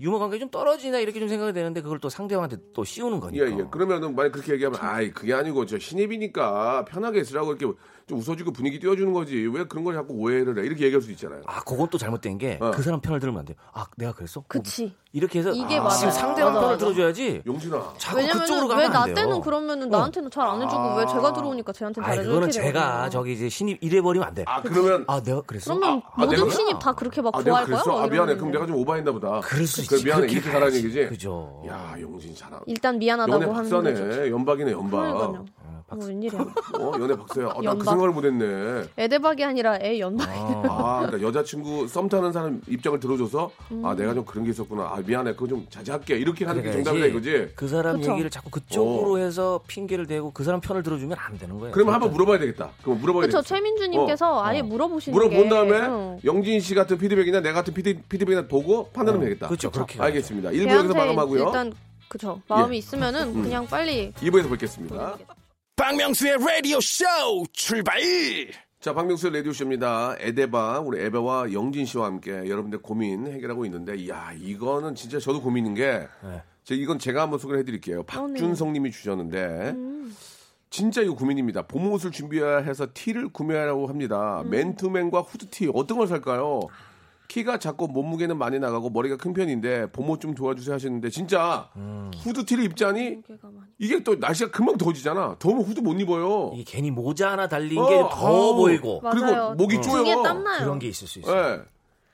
S5: 유머 관계 좀 떨어지나 이렇게 좀 생각이 되는데 그걸 또 상대방한테 또 씌우는
S2: 예,
S5: 거니까.
S2: 예. 그러면은 만약 그렇게 얘기하면 아이, 그게 아니고 저 신입이니까 편하게 있으라고 이렇게 좀 웃어주고 분위기 띄워주는 거지. 왜 그런 걸 자꾸 오해를 해? 이렇게 얘기할 수 있잖아요.
S5: 아, 그건 또 잘못된 게 그
S2: 어.
S5: 사람 편을 들으면 안 돼요. 아, 내가 그랬어? 어,
S7: 그치.
S5: 이렇게 해서
S7: 이게
S5: 아,
S7: 맞아요.
S5: 지금 상대방
S7: 맞아,
S5: 편을
S7: 맞아.
S5: 들어줘야지.
S2: 용진아.
S5: 자꾸 그쪽으로
S7: 왜냐면
S5: 가면 안
S7: 왜나
S5: 돼요. 어.
S7: 때는 그러면은 나한테는 잘 안 해주고 왜 제가 들어오니까 쟤한테
S5: 아,
S7: 잘해줘
S5: 그거는
S7: 이렇게
S5: 제가
S7: 되거든요.
S5: 저기 이제 신입 이래 버리면 안 돼. 아,
S2: 아, 그러면
S5: 내가 그랬어?
S7: 그러면
S2: 아, 아,
S7: 모든
S2: 내가-
S7: 신입 다 그렇게 막
S2: 아, 내가
S7: 좋아할 거야?
S2: 그랬어?
S7: 막
S2: 아, 미안해.
S7: 이러는데.
S2: 그럼 내가 좀 오바했나 보다.
S5: 그럴 수 있지.
S2: 그래, 미안해.
S5: 그렇게
S2: 이렇게 가라는
S5: 가야지.
S2: 얘기지?
S5: 그죠.
S2: 야, 용진 잘하.
S7: 일단
S2: 연애
S7: 미안하다고 하는 게 좋죠.
S2: 박사네. 연박이네, 연박.
S7: 그러니까요. 뭐 웬일이야.
S2: 어, 연애 박사야. 어, 나그
S7: 연박.
S2: 생각을 못했네.
S7: 애대박이 아니라 애 연방이네.
S2: 아, 그러니까 여자친구 썸 타는 사람 입장을 들어줘서
S7: 음.
S2: 아, 내가 좀 그런 게 있었구나. 아, 미안해. 그거 좀 자제할게. 이렇게 하는 게
S5: 그래야지.
S2: 정답이다 이거지? 어.
S5: 그 사람
S7: 그쵸.
S5: 얘기를 자꾸 그쪽으로 해서 핑계를 대고 그 사람 편을 들어주면 안 되는 거예요. 그러니까
S2: 그러면 한번 물어봐야 되겠다. 그럼 물어봐야
S7: 그쵸.
S2: 되겠다.
S7: 최민주님께서 아예 물어보시는
S2: 물어본
S7: 게.
S2: 다음에
S7: 응.
S2: 영진 씨 같은 피드백이나 내 같은 피드, 피드백이나 보고 판단을 면 되겠다.
S5: 그렇죠, 그렇게 가야죠.
S2: 알겠습니다. 1부에서 마감하고요. 예.
S7: 일단 그쵸. 마음이 있으면은 그냥 빨리
S2: 2부에서 뵙겠습니다.
S6: 박명수의 라디오 쇼 출발!
S2: 자, 박명수 라디오 쇼입니다. 에데바 우리 에베와 영진 씨와 함께 여러분들 고민 해결하고 있는데, 야 이거는 진짜 저도 고민인 게, 제 이건 제가 한번 소개를 해드릴게요. 박준성님이 주셨는데, 진짜 이거 고민입니다. 봄 옷을 준비해서 티를 구매하라고 합니다. 맨투맨과 후드티 어떤 걸 살까요? 키가 작고 몸무게는 많이 나가고 머리가 큰 편인데 봄옷 좀 도와주세요 하셨는데 진짜 후드티를 입자니
S7: 무게가 많이
S2: 이게 또 날씨가 금방 더워지잖아. 더우면 후드 못 입어요.
S5: 이게 괜히 모자 하나 달린
S2: 어,
S5: 게 더
S2: 아우.
S5: 보이고
S2: 그리고
S7: 맞아요.
S2: 목이 쪼여.
S7: 등에 땀나요.
S5: 그런 게 있을 수 있어요. 네.
S2: 예.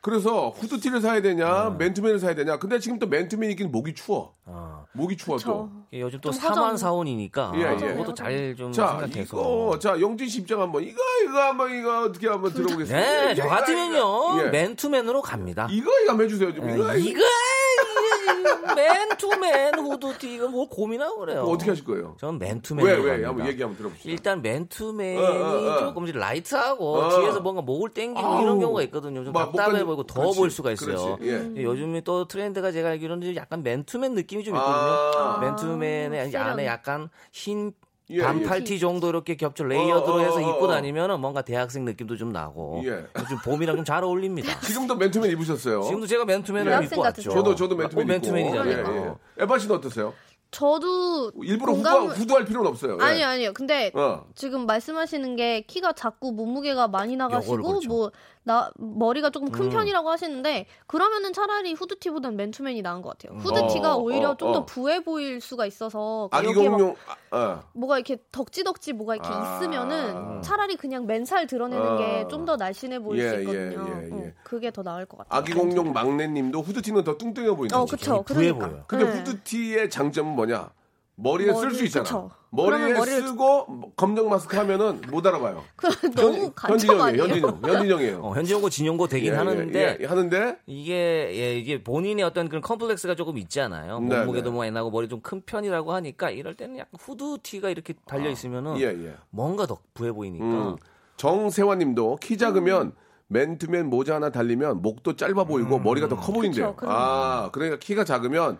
S2: 그래서 후드티를 사야 되냐, 맨투맨을 사야 되냐. 근데 지금 또 맨투맨이 있긴 목이 추워.
S5: 아.
S2: 목이 추워 또.
S7: 저
S5: 이게 요즘 또
S7: 좀
S5: 4만
S7: 화장-
S5: 사원이니까
S2: 예, 예.
S5: 그것도 잘 좀
S2: 자,
S5: 생각해서.
S2: 이거, 자, 영진 씨 입장 한번. 이거, 이거 한번, 이거 어떻게 한번 들어보겠습니다.
S5: 네,
S2: 예,
S5: 저
S2: 이거,
S5: 같으면요
S2: 이거. 예.
S5: 맨투맨으로 갑니다.
S2: 이거, 이거 한번 해주세요. 좀. 이거,
S5: 아,
S2: 이거.
S5: 이거 이거 맨투맨 후드티 이거 뭘 고민하고 그래요.
S2: 어떻게 하실 거예요?
S5: 전 맨투맨.
S2: 왜, 왜? 한번 얘기 한번 들어봅시다.
S5: 일단 맨투맨이
S2: 어, 어, 어.
S5: 조금 이제 라이트하고
S2: 어.
S5: 뒤에서 뭔가 목을 땡기고 이런
S2: 아우.
S5: 경우가 있거든요. 좀
S2: 막 목까지-
S5: 답답해 보이고 더워
S2: 그렇지,
S5: 보일 수가 있어요.
S2: 그렇지, 예.
S5: 예, 요즘에 또 트렌드가 제가 알기로는 약간 맨투맨 느낌이 좀 있거든요.
S2: 아.
S5: 맨투맨의 이제 안에
S7: 아, 세련.
S5: 약간 흰
S2: 예, 예.
S5: 반팔티 정도 이렇게 겹쳐 레이어드로
S2: 어, 어,
S5: 해서
S2: 어,
S5: 입고
S2: 어.
S5: 다니면 뭔가 대학생 느낌도 좀 나고
S2: 예.
S5: 좀 봄이랑 좀 잘 어울립니다.
S2: 지금도 맨투맨 입으셨어요.
S5: 지금도 제가 맨투맨을
S7: 대학생
S5: 입고 왔죠.
S7: 같으세요?
S2: 저도, 저도 맨투맨
S5: 어,
S2: 입고.
S5: 맨투맨이잖아요. 어.
S2: 예, 예. 에바 씨는 어떠세요?
S7: 저도
S2: 일부러
S7: 공감을-
S2: 후드, 후드할 필요는 없어요. 예.
S7: 아니요, 아니요. 근데
S2: 어.
S7: 지금 말씀하시는 게 키가 작고 몸무게가 많이
S5: 요거를
S7: 나가시고
S5: 그렇죠.
S7: 뭐 나 머리가 조금
S2: 음.
S7: 큰 편이라고 하시는데 그러면은 차라리 후드티보단 맨투맨이 나은 것 같아요. 후드티가
S2: 어,
S7: 오히려
S2: 어,
S7: 좀 더
S2: 어.
S7: 부해 보일 수가 있어서 그
S2: 아기
S7: 여기에 막
S2: 공룡, 아, 아.
S7: 뭐가 이렇게 덕지덕지 뭐가 이렇게
S2: 아.
S7: 있으면은 차라리 그냥 맨살 드러내는
S2: 아.
S7: 게 좀 더 날씬해 보일
S2: 예,
S7: 수 있거든요.
S2: 예, 예, 예.
S7: 어, 그게 더 나을 것 같아요.
S2: 아기 공룡 막내님도 후드티는 더 뚱뚱해 보인다.
S7: 어, 그쵸.
S5: 부해
S7: 그러니까.
S5: 보여요.
S2: 아, 그렇죠. 근데
S7: 네.
S2: 후드티의 장점은 뭐냐? 머리에 쓸
S7: 머리,
S2: 수 있잖아.
S7: 그쵸.
S2: 머리에
S7: 그러면 머리를-
S2: 쓰고 검정 마스크 하면은 못 알아봐요.
S7: 그 너무 간첩
S2: 현진영이에요.
S7: 아니에요?
S2: 현진영, 현진영이에요.
S5: 어, 현지용고 진용고 되긴
S2: 예, 예,
S5: 하는데
S2: 예, 하는데
S5: 이게 예, 이게 본인의 어떤 그런 컴플렉스가 조금 있잖아요.
S2: 네,
S5: 몸무게도
S2: 네.
S5: 많이 나고 머리 좀 큰 편이라고 하니까 이럴 때는 약간 후드티가 이렇게 달려 있으면은
S2: 예, 예.
S5: 뭔가 더 부해 보이니까.
S2: 음. 정세환님도 키 작으면 맨투맨 모자 하나 달리면 목도 짧아 보이고 머리가 더 커 보인대요.
S7: 음. 그쵸, 그럼요.
S2: 아, 그러니까 키가 작으면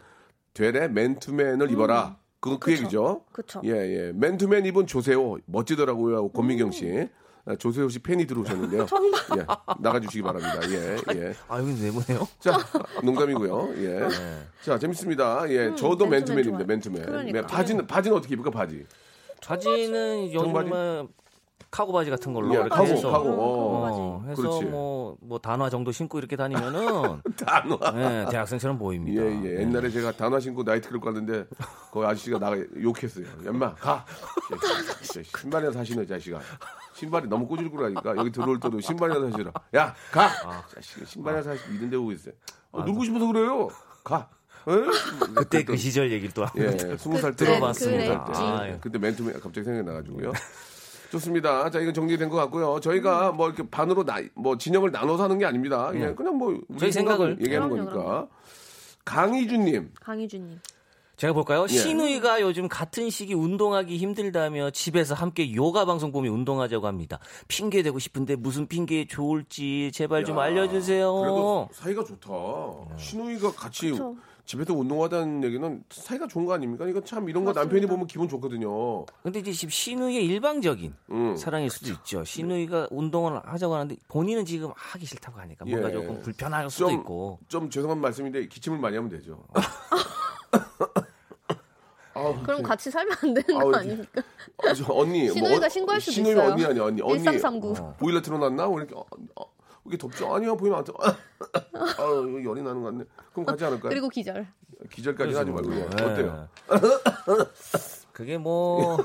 S2: 되레 맨투맨을 입어라. 그거 그 얘기죠.
S7: 음. 그쵸.
S2: 예, 예. 맨투맨 입은 조세호 멋지더라고요. 권민경 씨.
S7: 음.
S2: 아, 조세호 씨 팬이 들어오셨는데요. 예, 나가주시기 바랍니다. 예, 예.
S5: 아 여기 내보네요.
S2: 자, 농담이고요. 예. 자, 재밌습니다. 예, 저도
S7: 네. 음, 맨투맨
S2: 맨투맨입니다.
S7: 좋아요.
S2: 맨투맨.
S7: 그러니까.
S2: 예, 바지는 바지는 어떻게 입을까 바지?
S5: 바지는
S2: 청바지?
S5: 요즘은 카고 바지 같은 걸로
S2: 예,
S5: 이렇게
S2: 카고,
S5: 해서
S2: 카고.
S5: 어, 해서
S2: 그렇지.
S5: 뭐, 뭐 단화 정도 신고 이렇게 다니면은
S2: 단화.
S5: 예, 대학생처럼 보입니다.
S2: 예, 예. 옛날에 제가 단화 신고 나이트클럽 갔는데 거기 아저씨가 나가 욕했어요. 엄마 가. 야, 신발이나 사시네, 자식아. 신발이 너무 꼬질꼬질하니까 여기 들어올 때도 신발이나 사시라. 야, 가.
S5: 아,
S2: 자식 신발이나 사시고 이런데 오고 있어요. 어, 놀고 싶어서 그래요. 가. 예? 에?
S5: 그때 그 시절 얘기를 또 하고
S2: 예, 스무 살 때.
S5: 그렇죠. 들어봤습니다.
S2: 스무 살 때.
S5: 아, 예.
S2: 그때 맨투맨 갑자기 생각나가지고요. 좋습니다. 자, 이건 정리된 것 같고요. 저희가 뭐 이렇게 반으로 나, 뭐 진영을 나눠서 하는 게 아닙니다. 예, 그냥 뭐 우리
S5: 저희 생각을.
S2: 얘기하는
S7: 그럼요,
S2: 거니까. 강희준님,
S7: 강희준님.
S5: 제가 볼까요?
S2: 예.
S5: 신우이가 요즘 같은 시기 운동하기 힘들다며 집에서 함께 요가 방송 보며 운동하자고 합니다. 핑계 대고 싶은데 무슨 핑계 좋을지 제발 좀
S2: 그래도
S5: 알려주세요.
S2: 사이가 좋다.
S5: 네.
S2: 신우이가 같이
S7: 그쵸.
S2: 집에서 운동하다는 얘기는 사이가 좋은 거 아닙니까? 이거 참 이런 거 남편이 보면 기분 좋거든요.
S5: 근데 이제 지금 신우이의 일방적인
S2: 음.
S5: 사랑일 수도 있죠. 신우이가 운동을 하자고 하는데 본인은 지금 하기 싫다고 하니까 뭔가
S2: 예.
S5: 조금 불편할 수도
S2: 좀,
S5: 있고.
S2: 좀 죄송한 말씀인데 기침을 많이 하면 되죠. 아, 아우,
S7: 그럼 같이 살면 안 되는
S2: 네. 아우,
S7: 거 아닙니까?
S2: 아, 저 언니 뭐
S7: 신우이가
S2: 언-
S7: 신고할 수도
S2: 신우이
S7: 있어요.
S2: 언니 아니 언니 언니
S7: 1339.
S2: 보일러 틀어놨나? 왜 이렇게 어, 어, 왜 이렇게 덥죠? 아니요 보이면 안 돼. 아 이거 열이 나는 것 같네. 그럼 가지 않을까요?
S7: 그리고 기절.
S2: 기절까지 하지 말고 요
S5: 예.
S2: 어때요?
S5: 그게 뭐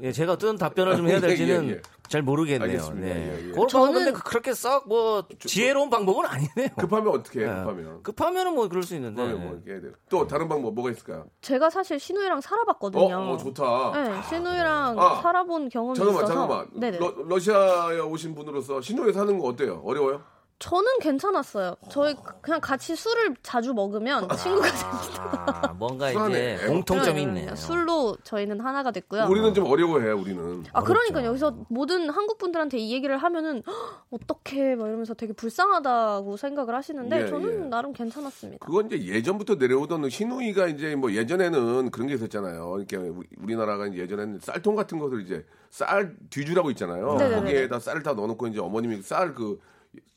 S5: 예, 제가 어떤 답변을 좀 해야 될지는
S2: 예, 예, 예.
S5: 잘 모르겠네요.
S2: 알겠습니다.
S5: 네.
S2: 예, 예.
S5: 그런 방법인데
S7: 저는-
S5: 그렇게 썩 뭐 지혜로운 방법은 아니네요.
S2: 급하면 어떻게
S5: 예.
S2: 해? 예, 급하면
S5: 급하면은 뭐 그럴 수 있는데.
S2: 급하면 뭐 이렇게 해야 돼요. 또 다른 방법 뭐가 있을까요?
S7: 제가 사실 신우이랑
S2: 어,
S7: 살아봤거든요.
S2: 어 좋다.
S7: 네, 신우이랑
S2: 아.
S7: 살아본 경험이
S2: 잠깐만
S7: 있어서.
S2: 잠깐만.
S7: 네네.
S2: 러, 러시아에 오신 분으로서 신우에 사는 거 어때요? 어려워요?
S7: 저는 괜찮았어요. 저희
S2: 아.
S7: 그냥 같이 술을 자주 먹으면 친구가 됩니다.
S5: 아, 뭔가
S2: 수상하네.
S5: 이제 공통점이
S7: 네,
S5: 있네요.
S7: 술로 저희는 하나가 됐고요.
S2: 우리는 좀 어려워해 우리는.
S7: 아 그러니까 여기서 모든 한국 분들한테 이 얘기를 하면은 "헉, 어떡해 막 이러면서 되게 불쌍하다고 생각을 하시는데
S2: 예,
S7: 저는
S2: 예.
S7: 나름 괜찮았습니다.
S2: 그건 이제 예전부터 내려오던 신우이가 이제 뭐 예전에는 그런 게 있었잖아요. 이렇게 우리- 우리나라가 이제 예전에는 쌀통 같은 것을 이제 쌀 뒤주라고 있잖아요.
S7: 네네네.
S2: 거기에다 쌀을 다 넣어놓고 이제 어머님이 쌀 그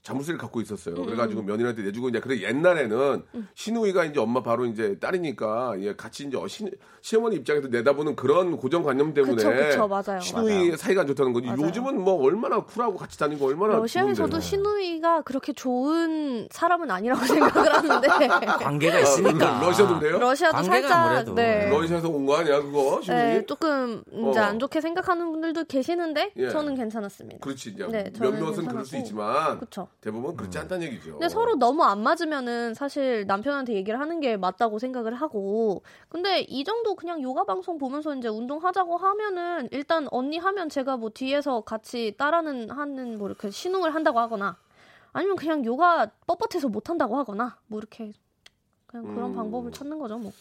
S2: 자물쇠를 갖고 있었어요.
S7: 음,
S2: 그래가지고 며느리한테 내주고 이제 그래 옛날에는 시누이가 이제 엄마 바로 이제 딸이니까 예 같이 이제 어, 시, 시어머니 입장에서 내다보는 그런 고정관념 때문에
S7: 그쵸, 그쵸, 맞아요.
S2: 시누이 사이가 안 좋다는 거지.
S7: 맞아요.
S2: 요즘은 뭐 얼마나 쿨하고 같이 다니고 얼마나
S7: 어, 러시아에서도
S2: 좋은데요.
S7: 시누이가 그렇게 좋은 사람은 아니라고 생각을 하는데
S5: 관계가
S2: 아,
S5: 있으니까.
S2: 러시아도 그래요?
S7: 러시아도
S5: 관계가
S7: 살짝
S5: 아무래도.
S7: 네.
S2: 러시아에서 온 거 아니야 그거 시누이?
S7: 네, 조금 이제
S2: 어.
S7: 안 좋게 생각하는 분들도 계시는데
S2: 예.
S7: 저는 괜찮았습니다.
S2: 그렇지 이제
S7: 네, 저는
S2: 몇몇은 그럴 어. 수
S7: 괜찮았고.
S2: 있지만
S7: 그쵸.
S2: 대부분
S5: 음.
S2: 그렇지 않다는 얘기죠.
S7: 근데 서로 너무 안 맞으면은 사실 남편한테 얘기를 하는 게 맞다고 생각을 하고 근데 이 정도 그냥 요가 방송 보면서 이제 운동하자고 하면은 일단 언니 하면 제가 뭐 뒤에서 같이 따라는 하는 뭐 이렇게 신웅을 한다고 하거나 아니면 그냥 요가 뻣뻣해서 못 한다고 하거나 뭐 이렇게 그냥 그런
S2: 음.
S7: 방법을 찾는 거죠 뭐.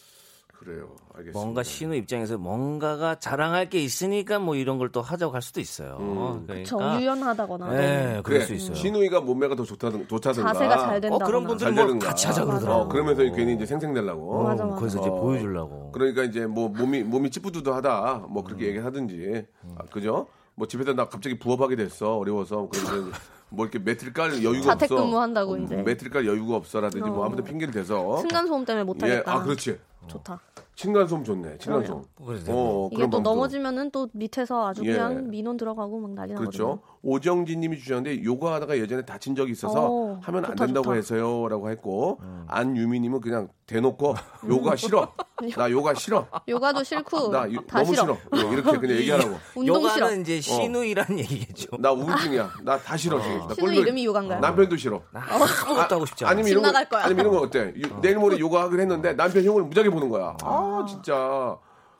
S2: 그래요. 알겠습니다.
S5: 뭔가 신우 입장에서 뭔가가 자랑할 게 있으니까 뭐 이런 걸 또 하자고 할 수도 있어요.
S2: 음.
S7: 저
S5: 그러니까
S7: 유연하다거나 네.
S5: 예, 그럴 수 있어요.
S2: 신우이가 몸매가 더 좋다든 좋다든가 아,
S7: 자세가 잘
S5: 어
S7: 된다거나.
S5: 그런 분들은
S2: 잘
S5: 뭐
S2: 되는가.
S5: 같이 하자
S7: 맞아.
S5: 그러더라고.
S2: 어, 그러면서 괜히 이제 생생내려고.
S7: 맞아, 맞아.
S5: 거기서 이제
S2: 어.
S5: 보여주려고.
S2: 그러니까 이제 뭐 몸이 몸이 찌뿌드드하다 뭐
S5: 음.
S2: 그렇게 얘기하든지 아, 그죠? 뭐 집에서 나 갑자기 부업하게 됐어 어려워서 그래서 이제 뭐 이렇게 매트를 깔 여유가 없어.
S7: 자택근무한다고 이제.
S2: 매트를 깔 여유가 없어라든지 뭐 아무튼 핑계를 대서.
S7: 층간 소음 때문에 못
S2: 예,
S7: 하겠다.
S2: 아 그렇지.
S7: 좋다.
S2: 층간소음 좋네. 층간소음.
S5: 그래서
S2: 어,
S7: 이게
S2: 그런
S7: 또
S2: 방법.
S7: 넘어지면은 또 밑에서 아주
S2: 예.
S7: 그냥 민원 들어가고 막 난리 나거든요.
S2: 그렇죠. 오정진 님이 주셨는데 요가하다가 예전에 다친 적이 있어서
S7: 오,
S2: 하면 안
S7: 좋다,
S2: 된다고
S7: 좋다. 음.
S2: 해서요라고 했고 안유미 님은 그냥 대놓고 요가 싫어. 나 요가 싫어.
S7: 요가도
S2: 아,
S7: 싫고
S2: 나 요-
S7: 다
S2: 너무
S7: 싫어.
S2: 싫어. 어, 이렇게 그냥 얘기하라고.
S7: 운동 싫어.
S5: 요가는 이제 신우이란 얘기겠죠.
S2: 나 우울증이야. 나 다 싫어 지금. 나
S7: 아, 신우
S2: 꼴도-
S7: 이름이 요가인가요?
S2: 남편도 싫어.
S5: 아무것도 하고 싶지 않아.
S2: 아니면 이런
S7: 집
S2: 거,
S7: 나갈 거야.
S2: 아니면 이런 거 어때? 요- 내일 모레 요가 하기로 했는데 남편 형을 무지하게 보는 거야. 아, 진짜.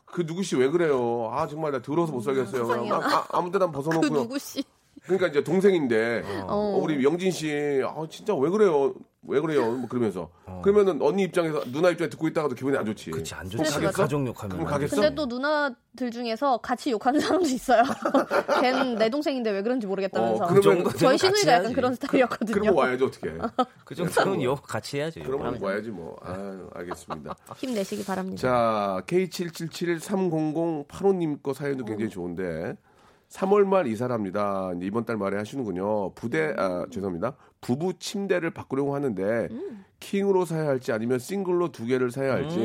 S2: 그 누구 씨 왜 그래요? 아 정말 나 더러워서 못 살겠어요.
S7: 음, 세상에.
S2: 아, 아, 무 데나
S7: 그
S2: 벗어놓고요.
S7: 누구 씨?
S2: 그러니까 이제 동생인데
S7: 어.
S2: 어, 우리 영진 씨, 아 진짜 왜 그래요? 왜 그래요? 뭐 그러면서 그러면은 언니 입장에서 누나 입장에 듣고 있다가도 기분이 안 좋지.
S5: 그렇지 안
S7: 스트레스
S5: 좋지.
S7: 받죠.
S5: 가족 욕하면.
S2: 그럼
S5: 안
S2: 가겠어?
S7: 근데 또 누나들 중에서 같이 욕하는 사람도 있어요. 걔는 내 동생인데 왜 그런지 모르겠다면서.
S2: 어, 그러면
S5: 그 정도
S7: 저희
S5: 되면 같이
S7: 신우이가 약간
S5: 해야지.
S7: 그런 스타일이었거든요.
S2: 그러면 와야지 어떻게?
S5: 되지. 그 정도는 욕 같이 해야지.
S2: 그러면 와야지 뭐. 아 알겠습니다.
S7: 힘내시기 바랍니다.
S2: 자 K77730085님 거 사연도 굉장히 좋은데 3월 말 이사랍니다. 이제 이번 달 말에 하시는군요. 부대 아 죄송합니다. 부부 침대를 바꾸려고 하는데 킹으로 사야 할지 아니면 싱글로 두 개를 사야 할지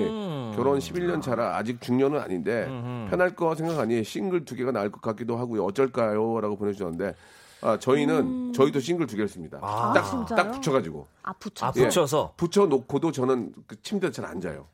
S2: 결혼 11년 차라 아직 중년은 아닌데 편할 거 생각하니 싱글 두 개가 나을 것 같기도 하고요. 어쩔까요?라고 보내주셨는데 아 저희는 저희도 싱글 두 개를 씁니다.
S5: 아.
S2: 딱,
S7: 음. 아, 진짜요?
S2: 딱 붙여가지고
S7: 아 붙여.
S2: 예.
S5: 아 붙여서.
S2: 붙여 놓고도 저는 그 침대 잘 안 자요.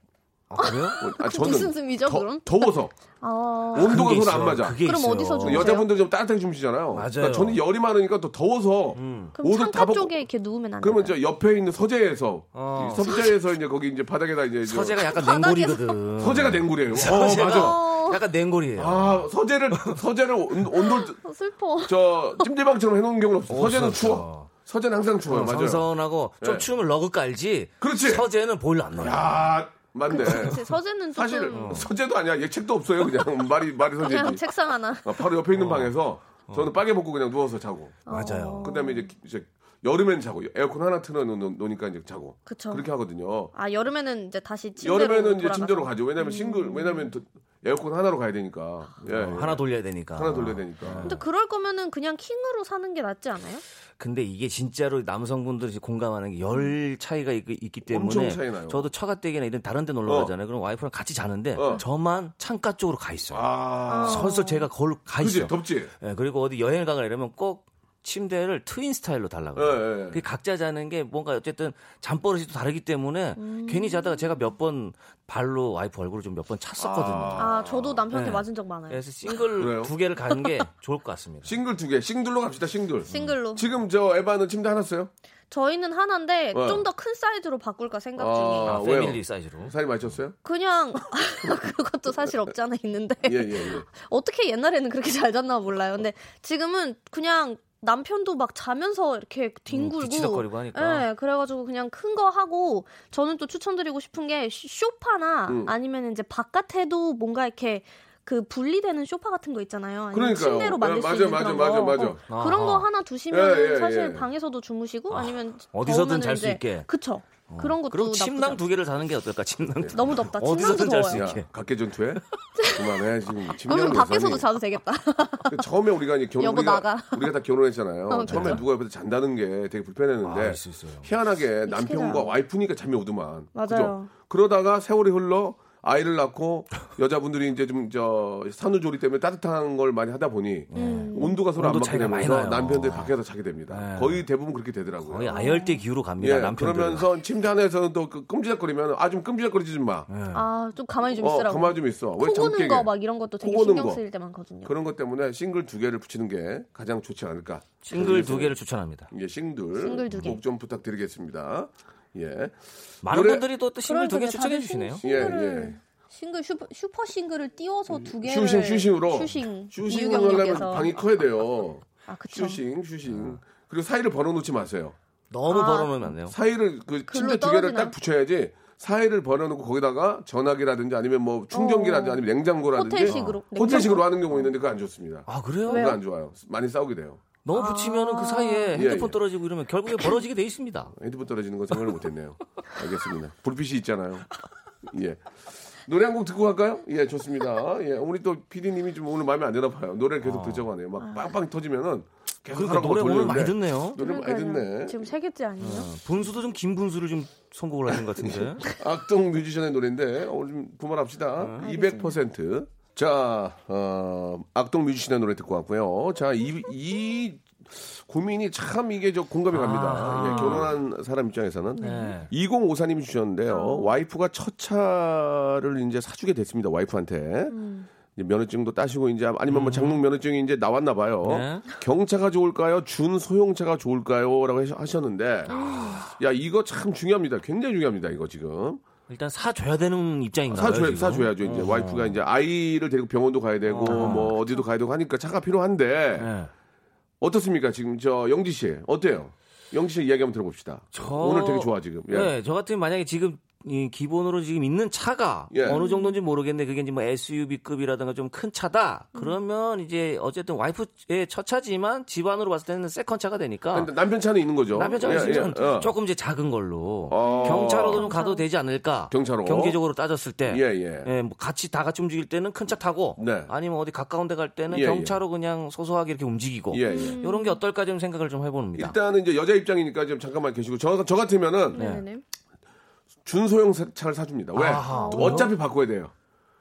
S5: 아, 그래요?
S2: 어, 아,
S7: 그 무슨 씀이죠, 그럼?
S2: 더, 더워서
S7: 아,
S2: 온도가
S5: 그게
S2: 서로 안
S5: 있어요.
S2: 맞아.
S5: 그게
S7: 그럼
S5: 있어요.
S7: 어디서 주무세요?
S2: 여자분들 좀 따뜻하게 주무시잖아요.
S5: 맞아요. 음.
S2: 그러니까 저는 열이 많으니까 또 더워서
S7: 그럼 창가
S2: 벗고-
S7: 쪽에 이렇게 누우면 안 돼요?
S2: 그러면 저 옆에 있는 서재에서
S5: 어.
S2: 이 서재에서 이제 거기 이제 바닥에다 이제 저-
S5: 서재가 약간 냉골이거든.
S2: 서재가 냉골이에요.
S5: 서재가
S2: 어 맞아.
S5: 약간 냉골이에요.
S2: 아 서재를 서재를 온- 온돌
S7: 어, 슬퍼.
S2: 저 찜질방처럼 해놓은 경우는 없어. 서재는
S5: 없어. 어,
S2: 추워. 서재는 항상 추워요. 맞아요.
S5: 선선하고 좀
S2: 예.
S5: 춤을 러그 깔지.
S2: 그렇지.
S5: 서재는 보일러 안 넣어요.
S2: 아 맞네.
S7: 이제 그 서재는 조금
S2: 사실
S5: 어.
S2: 서재도 아니야. 얘 책도 없어요. 그냥 말이 말이
S7: 그냥
S2: 서재지.
S7: 책상 하나.
S2: 아, 바로 옆에
S5: 어.
S2: 있는 방에서 저는 빨개 벗고 그냥 누워서 자고.
S5: 맞아요.
S2: 그다음에
S7: 어.
S2: 이제, 이제 여름엔 자고 에어컨 하나 틀어 놓으니까 이제 자고
S7: 그쵸.
S2: 렇게 하거든요.
S7: 아 여름에는 이제 다시 침대로
S2: 여름에는 이제
S7: 돌아가서. 음.
S2: 침대로 가죠. 왜냐면 싱글 왜냐면 또 에어컨 하나로 가야 되니까. 예. 하나,
S5: 아, 하나 네. 돌려야 되니까.
S2: 돌려야 되니까.
S7: 근데 그럴 거면은 그냥 킹으로 사는 게 낫지 않아요?
S5: 근데 이게 진짜로 남성분들이 이제 공감하는 게 열 차이가 있, 기 때문에
S2: 엄청 차이 나요.
S5: 저도 처가댁이나 이런 다른 데 놀러
S2: 어.
S5: 가잖아요. 그럼 와이프랑 같이 자는데
S2: 어.
S5: 저만 창가 쪽으로 가 있어요.
S2: 아.
S5: 서서 제가 거울 가
S2: 그지
S5: 있어요.
S2: 덥지.
S5: 예, 그리고 어디 여행을 가거나 이러면 꼭 침대를 트윈 스타일로 달라고
S2: 예, 예.
S5: 해요. 그게 각자 자는 게 뭔가 어쨌든 잠버릇이 또 다르기 때문에
S7: 음.
S5: 괜히 자다가 제가 몇 번 발로 와이프 얼굴을 좀 몇 번 찼었거든요.
S7: 아, 저도 남편한테
S5: 네.
S7: 맞은 적 많아요.
S5: 그래서
S2: 그래요?
S5: 싱글 두 개를 가는 게 좋을 것 같습니다.
S2: 싱글 두 개. 싱글로 갑시다. 싱글.
S7: 싱글로.
S2: 지금 저 에바는 침대 하나 써요?
S7: 저희는 하나인데
S2: 어.
S7: 좀 더 큰 사이즈로 바꿀까 생각
S2: 아.
S7: 중이에요.
S5: 아,
S2: 왜요?
S5: 패밀리 사이즈로.
S2: 살이 많이 쪘어요?
S7: 그냥 그것도 사실 없지 않아 있는데
S2: 예, 예, 예.
S7: 어떻게 옛날에는 그렇게 잘 잤나 몰라요. 근데 지금은 그냥 남편도 막 자면서 이렇게 뒹굴고
S5: 음, 뒤치덕거리고 하니까.
S7: 예, 그래가지고 그냥 큰 거 하고 저는 또 추천드리고 싶은 게 쇼- 쇼파나
S5: 음.
S7: 아니면 이제 바깥에도 뭔가 이렇게 그 분리되는 쇼파 같은 거 있잖아요. 아니면
S2: 그러니까요.
S7: 침대로 만들
S2: 예,
S7: 수
S2: 맞아요,
S7: 있는
S2: 맞아요,
S7: 그런
S2: 맞아요,
S7: 거.
S2: 맞아요.
S7: 어, 그런 거
S5: 아하.
S7: 하나 두시면
S2: 예, 예,
S7: 사실
S2: 예.
S7: 방에서도 주무시고 아니면
S5: 어디서든
S7: 더우면은
S5: 잘수
S7: 이제
S5: 있게. 어.
S7: 그쵸. 그런 것도
S5: 그리고
S7: 나쁘지
S5: 침낭
S7: 않-
S5: 두 개를 사는 게 어떨까? 침낭 두 개.
S7: 너무 덥다. 침낭도
S5: 어디서든 잘 수
S7: 더워요.
S2: 야,
S5: 있게.
S2: 각계 전투해? 그만해 지금.
S7: 그럼
S2: 침략을
S7: 좀 밖에서도
S2: 해서니.
S7: 자도 되겠다.
S2: 그 처음에 우리가 이제 결혼
S7: 여보,
S2: 우리가,
S7: 나가.
S2: 우리가 다 결혼했잖아요.
S7: 어,
S2: 처음에 누가 옆에서 잔다는 게 되게 불편했는데
S5: 아, 있어, 있어요.
S2: 희한하게 남편과
S7: 익숙해져요.
S2: 와이프니까 잠이 오더만.
S7: 맞아요.
S2: 그죠? 그러다가 세월이 흘러 아이를 낳고 여자분들이 이제 좀 저 산후조리 때문에 따뜻한 걸 많이 하다 보니
S7: 음.
S2: 온도가 서로 안
S5: 온도
S2: 맞게
S5: 차이가 많이
S2: 되면서
S5: 나요. 네.
S2: 남편들 밖에서 자게 됩니다. 거의 대부분 그렇게 되더라고요.
S5: 거의 아열대 기후로 갑니다.
S2: 예,
S5: 남편들.
S2: 그러면서 침대 안에서는 또 그 끔지락거리면 아 좀 끔지락거리지 좀 마.
S5: 네.
S7: 아, 좀 가만히 좀
S2: 어,
S7: 있으라고.
S2: 가만히 좀 있어. 왜
S7: 코고는
S2: 잠깨게?
S7: 거 막 이런 것도 되게
S2: 코고는
S7: 신경
S2: 거.
S7: 쓰일 때
S5: 예.
S7: 많거든요.
S2: 그런 것 때문에 싱글 두 개를 붙이는 게 가장 좋지 않을까.
S5: 싱글 두 개를 추천합니다.
S2: 예, 싱글.
S7: 싱글 두 개.
S2: 꼭좀 부탁드리겠습니다. 예.
S5: 많은
S2: 노래-
S5: 분들이 또, 또 싱글 두 개
S7: 그러니까요.
S5: 추천해
S7: 다들
S5: 주시네요.
S7: 싱- 싱글을 싱글 슈퍼, 슈퍼 싱글을 띄워서 두 개를
S2: 음, 예. 슈싱, 슈싱으로.
S7: 슈싱
S2: 슈싱
S7: 이유경
S2: 하려면
S7: 님께서.
S2: 방이 커야 돼요.
S7: 아, 그쵸.
S2: 슈싱, 슈싱. 그리고 사이를 벌어놓지 마세요.
S5: 너무
S7: 아.
S5: 벌어놓으면 안 돼요.
S2: 사이를, 그 침대 두 개를
S7: 떨어지나?
S2: 딱 붙여야지 사이를 벌어놓고 거기다가 전화기라든지 아니면 뭐 충전기라든지
S7: 어.
S2: 아니면 냉장고라든지.
S7: 호텔식으로.
S2: 어, 호텔식으로 하는 경우 있는데 그거 안 좋습니다.
S5: 아 그래요?
S2: 그거 안 좋아요. 많이 싸우게 돼요.
S5: 너무 붙이면은 그 사이에
S2: 예,
S5: 핸드폰
S2: 예.
S5: 떨어지고 이러면 결국에 벌어지게 돼 있습니다.
S2: 핸드폰 떨어지는 건 생각을 못했네요. 알겠습니다. 불빛이 있잖아요. 예. 노래 한 곡 듣고 갈까요? 예, 좋습니다. 예, 우리 또 PD님이 좀 오늘 마음에 안 드나 봐요. 노래를 계속 듣자고 하네요. 막 빵빵 터지면은 계속
S5: 아. 그러니까
S2: 하라고
S5: 노래
S2: 돌리는데
S5: 오늘 많이 듣네요.
S2: 노래 많이 듣네.
S7: 지금 세 개째 아니에요?
S2: 음.
S5: 분수도 좀 긴 분수를 좀 선곡을 하신 것 같은데.
S2: 악동 뮤지션의 노래인데 오늘 좀
S5: 아,
S2: 부말합시다. 200%. 자, 어, 악동 뮤지션의 노래 듣고 왔고요. 자, 이, 이 고민이 참 이게 저 공감이 갑니다.
S5: 아.
S2: 예, 결혼한 사람 입장에서는
S5: 네.
S2: 2054님이 주셨는데요. 와이프가 첫 차를 이제 사주게 됐습니다. 와이프한테. 이제 면허증도 따시고 이제 아니면 뭐 장롱 면허증이 이제 나왔나 봐요.
S5: 음. 네.
S2: 경차가 좋을까요? 준 소형차가 좋을까요?라고 하셨는데 야 이거 참 중요합니다. 굉장히 중요합니다. 이거 지금
S5: 일단 사줘야 되는 입장인가요?
S2: 사줘야
S5: 지금?
S2: 사줘야죠. 이제
S5: 어.
S2: 와이프가 이제 아이를 데리고 병원도 가야 되고
S5: 어.
S2: 뭐 어디도 가야 되고 하니까 차가 필요한데
S5: 네.
S2: 어떻습니까? 지금 저 영지 씨 어때요? 영지 씨 이야기 한번 들어봅시다.
S5: 저-
S2: 오늘 되게 좋아 지금. 예.
S5: 네, 저 같은 만약에 지금 이 기본으로 지금 있는 차가
S2: 예.
S5: 어느 정도인지 모르겠는데 그게 이제 뭐 SUV급이라든가 좀 큰 차다. 그러면 이제 어쨌든 와이프의 첫 차지만 집안으로 봤을 때는 세컨 차가 되니까
S2: 근데 아, 남편 차는 있는 거죠.
S5: 어. 남편 차가
S2: 예,
S5: 있으면
S2: 예, 어.
S5: 조금 이제 작은 걸로
S2: 어.
S5: 경차로도 좀 가도 되지 않을까?
S2: 경차로.
S5: 경제적으로 따졌을 때
S2: 예, 예.
S5: 뭐 같이 다 같이 움직일 때는 큰 차 타고
S2: 네.
S5: 아니면 어디 가까운 데 갈 때는
S2: 예, 예.
S5: 경차로 그냥 소소하게 이렇게 움직이고
S2: 예, 예.
S5: 이런 게 어떨까 좀 생각을 좀 해봅니다.
S2: 일단은 이제 여자 입장이니까 좀 잠깐만 계시고 저, 저 같으면은
S7: 네네.
S2: 준소형 사- 차를 사줍니다. 왜?
S5: 아하.
S2: 어차피 바꿔야 돼요.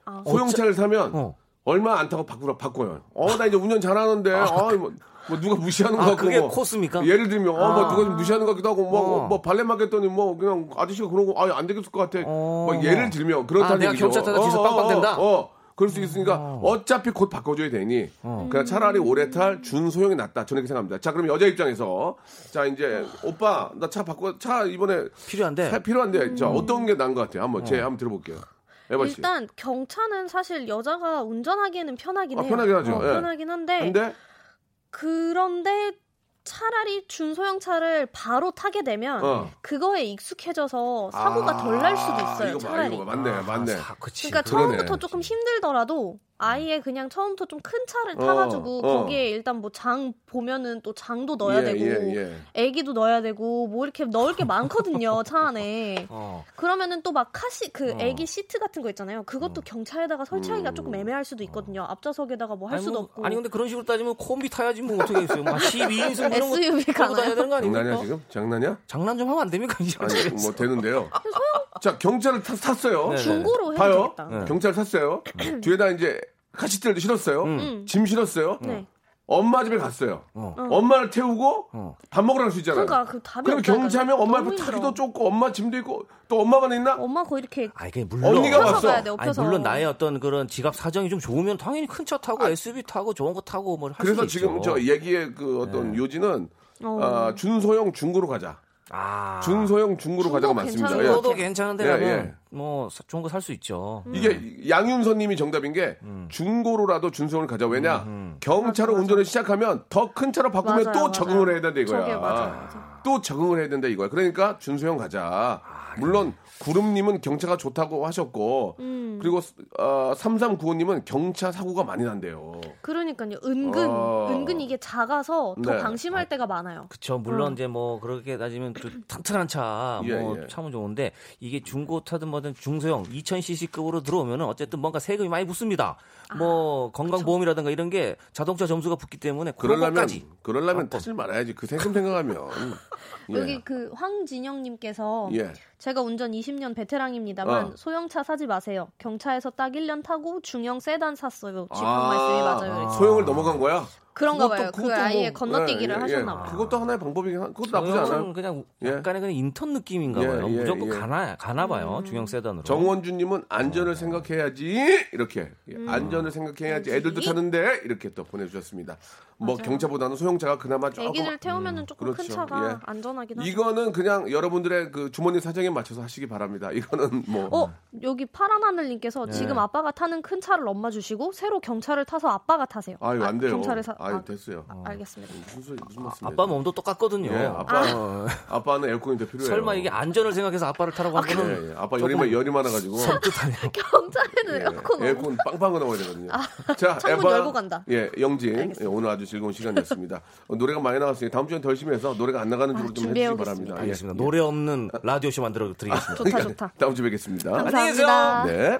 S7: 아.
S2: 소형차를 사면
S5: 어.
S2: 얼마 안 타고 바꾸라 바꿔요. 어, 나 이제 운전 잘하는데 어, 뭐, 뭐 누가 무시하는 것
S5: 아,
S2: 같고
S5: 그게
S2: 뭐.
S5: 코스입니까?
S2: 예를 들면 어, 뭐
S5: 아.
S2: 누가 좀 무시하는 것 같기도 하고 뭐,
S5: 어.
S2: 뭐 발레 맡겼더니 뭐 그냥 아저씨가 그러고 아, 안 되겠을 것 같아.
S5: 어.
S2: 뭐 예를 들면 그렇다는
S5: 아, 내가
S2: 얘기죠.
S5: 경찰 타다 뒤에서 빵빵댄다?
S2: 어, 어, 어. 그럴 수 있으니까 어차피 곧 바꿔줘야 되니
S5: 어.
S2: 그냥 차라리 오래 탈 준소형이 낫다 저는 이렇게 생각합니다. 자 그럼 여자 입장에서 자 이제 오빠 나 차 바꿔 차 이번에
S5: 필요한데
S2: 살 필요한데 자
S5: 음.
S2: 어떤 게 나은 것 같아요? 한번 제 한번 들어볼게요. 에바 씨.
S7: 일단 경차는 사실 여자가 운전하기에는 편하긴
S2: 아,
S7: 해요.
S2: 편하긴 하죠.
S7: 어,
S2: 예.
S7: 편하긴 한데
S2: 근데
S7: 그런데 차라리 준소형 차를 바로 타게 되면
S2: 어.
S7: 그거에 익숙해져서 사고가 덜 날 수도
S2: 아,
S7: 있어요.
S2: 이거 봐,
S7: 차라리.
S2: 이거 봐. 맞네, 맞네.
S5: 아, 그치.
S7: 그러니까
S2: 그러네.
S7: 처음부터 조금 힘들더라도 아예 그냥 처음부터 좀 큰 차를
S2: 어,
S7: 타가지고
S2: 어.
S7: 거기에 일단 뭐 장 보면은 또 장도 넣어야
S2: 예,
S7: 되고
S2: 예, 예.
S7: 애기도 넣어야 되고 뭐 이렇게 넣을 게 많거든요 차 안에.
S5: 어.
S7: 그러면은 또 막 카시 그
S5: 어.
S7: 애기 시트 같은 거 있잖아요. 그것도 경차에다가 설치하기가 조금
S2: 음.
S7: 애매할 수도 있거든요. 앞좌석에다가 뭐 할
S5: 아니,
S7: 수도
S5: 뭐,
S7: 없고.
S5: 아니 근데 그런 식으로 따지면 콤비 타야지 뭐 어떻게 있어요? 막 12인승 이런 거
S7: SUV
S5: 타고
S7: 가나요?
S5: 다녀야 되는 거 아닙니까?
S2: 장난이야 지금? 장난이야?
S5: 장난 좀 하면 안 됩니까? 이
S2: 아니
S5: 자리에서?
S2: 뭐 되는데요. 자 경찰을 탔, 탔어요.
S5: 네.
S7: 중고로 해도
S2: 봐요.
S7: 되겠다. 음.
S5: 네.
S2: 경찰 탔어요. 뒤에다 이제 카시트를 실었어요. 짐 실었어요.
S7: 네.
S2: 엄마 집에 갔어요.
S5: 음. 어.
S2: 엄마를 태우고
S5: 어.
S2: 밥 먹으러 갈 수 있잖아요.
S7: 그러니까 그 답이
S2: 럼
S7: 없다니까요.
S2: 경찰면 엄마
S7: 너무
S2: 옆에 타기도
S7: 힘들어. 어,
S2: 좁고 엄마 짐도 있고 또 엄마만 있나?
S7: 엄마 거 이렇게
S5: 아니 그냥 물론
S2: 언니가
S7: 엎혀서
S2: 왔어.
S7: 가야 돼.
S5: 아니
S7: 엎혀서.
S5: 물론 나의 어떤 그런 지갑 사정이 좀 좋으면 당연히 큰 차 타고 SUV 타고 좋은 거 타고 뭘 할 수 있죠.
S2: 아.
S5: 네.
S2: 그래서 지금 저 얘기의 그 어떤 요지는
S7: 어.
S2: 아, 준소형 중고로 가자.
S5: 아,
S2: 준소형 중고로 가자가 음.
S7: 괜찮은
S2: 많습니다.
S7: 것
S2: 예.
S7: 같아요.
S5: 중고도 괜찮은데
S2: 예,
S5: 라면
S2: 예.
S5: 뭐 사- 좋은 거 살 수 있죠. 음.
S2: 이게 양윤선님이 정답인 게 중고로라도 준성을 가져 왜냐
S5: 음,
S2: 경차로 운전을 시작하면 더 큰 차로 바꾸면
S7: 맞아요,
S2: 또
S7: 맞아요.
S2: 적응을 해야 된다 이거야.
S7: 저게 맞아요, 맞아요.
S2: 또 적응을 해야 된다
S5: 아,
S2: 이거야. 그러니까 준소형 가자. 물론 구름님은 경차가 좋다고 하셨고
S7: 음.
S2: 그리고 어, 3395님은 경차 사고가 많이 난대요.
S7: 그러니까요. 은근
S2: 어.
S7: 은근 이게 작아서 더
S2: 네.
S7: 방심할 때가 많아요.
S5: 그쵸.
S7: 음.
S5: 물론 이제 뭐 그렇게 따지면 좀 탄탄한 차,
S2: 예,
S5: 뭐
S2: 예.
S5: 차면 좋은데 이게 중고 차든 뭐든 중소형 2000cc급으로 들어오면은 어쨌든 뭔가 세금이 많이 붙습니다.
S7: 아,
S5: 뭐 건강보험이라든가 이런 게 자동차 점수가 붙기 때문에 그런
S2: 그러려면
S5: 것까지.
S2: 그러려면 타지 말아야지. 그 세금 생각하면. 예.
S7: 여기 어, 그 황진영님께서
S2: 예.
S7: 제가 운전 20년 베테랑입니다만
S2: 어.
S7: 소형차 사지 마세요. 경차에서 딱 1년 타고 중형 세단 샀어요. 지금 말씀이 맞아요. 이렇게.
S2: 소형을 넘어간 거야?
S7: 그런가
S2: 그것도-
S7: 봐요. 그
S2: 그것도
S7: 아예
S2: 뭐-
S7: 건너뛰기를
S2: 예, 예,
S7: 하셨나 봐요.
S2: 그것도 하나의 방법이긴 한, 그것도 나쁘지
S5: 저는
S2: 않아요.
S5: 그냥
S2: 예.
S5: 약간의 그냥 인턴 느낌인가
S2: 예,
S5: 봐요.
S2: 예,
S5: 무조건
S2: 예.
S5: 가나 가나 봐요. 중형 세단으로.
S2: 정원주님은 안전을 생각해야지 이렇게 예,
S7: 음.
S2: 안전을 생각해야지 애들도 타는데 이렇게 또 보내주셨습니다. 뭐 경차보다는 소형차가 그나마 조금
S7: 애기들 태우면은 조금
S2: 그렇죠.
S7: 큰 차가
S2: 예.
S7: 안전하긴 하죠.
S2: 이거는 그냥 여러분들의 그 주머니 사정에 맞춰서 하시기 바랍니다. 이거는 뭐
S7: 어 여기 파란
S2: 예.
S7: 하늘님께서 지금 아빠가 타는 큰 차를 엄마 주시고 새로 경차를 타서 아빠가 타세요.
S2: 아유 안 돼요.
S7: 경차를 사.
S2: 아유
S7: 아,
S2: 됐어요.
S7: 아, 알겠습니다.
S2: 무슨 소리 무슨 말씀이에요?
S5: 아빠 뭐, 몸도 똑같거든요.
S2: 예, 아빠 아빠는 에어컨이 더 필요해요.
S5: 설마 이게 안전을 생각해서 아빠를 타라고 한 거는
S2: 예, 예. 아빠 열이 많 열이 많아가지고
S7: 경차에는 에어컨
S2: 예, 에어컨 빵빵 나와야 되거든요. 자,
S7: 아, 창문 열고 간다.
S2: 예, 영진. 예, 오늘 아주 즐거운 시간이었습니다. 어, 노래가 많이 나왔으니 다음 주엔 더 열심히 해서 노래가 안 나가는 줄로 좀 해주시기
S7: 아, 준비해오겠습니다.
S2: 바랍니다. 예. 네.
S5: 알겠습니다. 노래 없는 라디오쇼 만들어 드리겠습니다.
S7: 좋다 좋다.
S2: 다음 주에 뵙겠습니다.
S7: 감사합니다.
S2: 그러니까 네.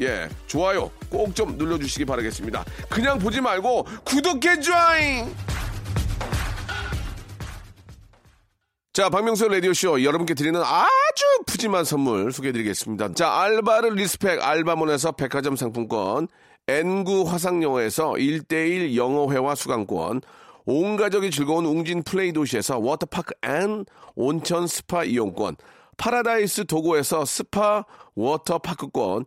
S2: 예, 좋아요 꼭 좀 눌러주시기 바라겠습니다. 그냥 보지 말고 구독해 줘잉! 자, 박명수 라디오쇼 여러분께 드리는 아주 푸짐한 선물 소개해드리겠습니다. 자, 알바를 리스펙 알바몬에서 백화점 상품권, N구 화상영어에서 1대1 영어회화 수강권, 온 가족이 즐거운 웅진 플레이 도시에서 워터파크 앤 온천 스파 이용권, 파라다이스 도고에서 스파 워터파크권,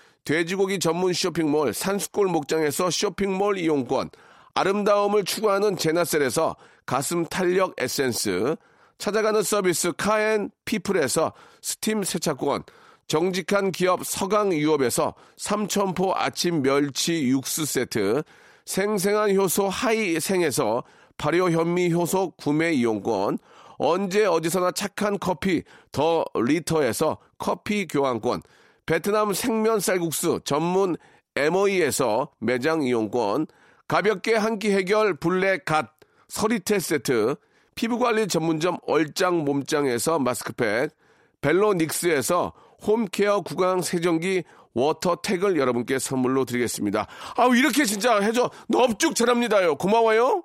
S2: 돼지고기 전문 쇼핑몰 산수골 목장에서 쇼핑몰 이용권, 아름다움을 추구하는 제나셀에서 가슴 탄력 에센스, 찾아가는 서비스 카엔 피플에서 스팀 세차권, 정직한 기업 서강유업에서 삼천포 아침 멸치 육수 세트, 생생한 효소 하이생에서 발효 현미 효소 구매 이용권, 언제 어디서나 착한 커피 더 리터에서 커피 교환권, 베트남 생면 쌀국수 전문 MOE에서 매장 이용권, 가볍게 한 끼 해결 블랙 갓 서리태 세트, 피부관리 전문점 얼짱 몸짱에서 마스크팩, 벨로닉스에서 홈케어 구강 세정기 워터택을 여러분께 선물로 드리겠습니다. 아 이렇게 진짜 해줘 넙죽 잘합니다요. 고마워요.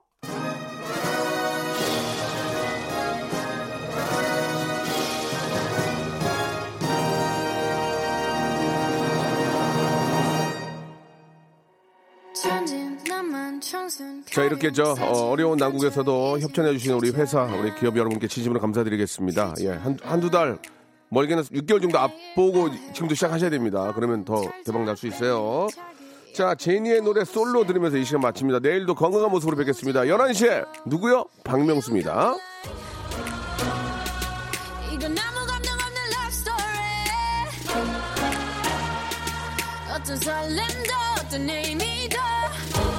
S2: 자 이렇게 저 어, 어려운 난국에서도 협찬해 주신 우리 회사 우리 기업 여러분께 진심으로 감사드리겠습니다. 예, 한 한두 달 멀게는 6개월 정도 앞보고 지금도 시작하셔야 됩니다. 그러면 더 대박 날 수 있어요. 자 제니의 노래 솔로 들으면서 이 시간 마칩니다. 내일도 건강한 모습으로 뵙겠습니다. 11시에 누구요? 박명수입니다.
S8: 이건 아무 감정 없는 love story 어떤 설렘도 어떤 의미도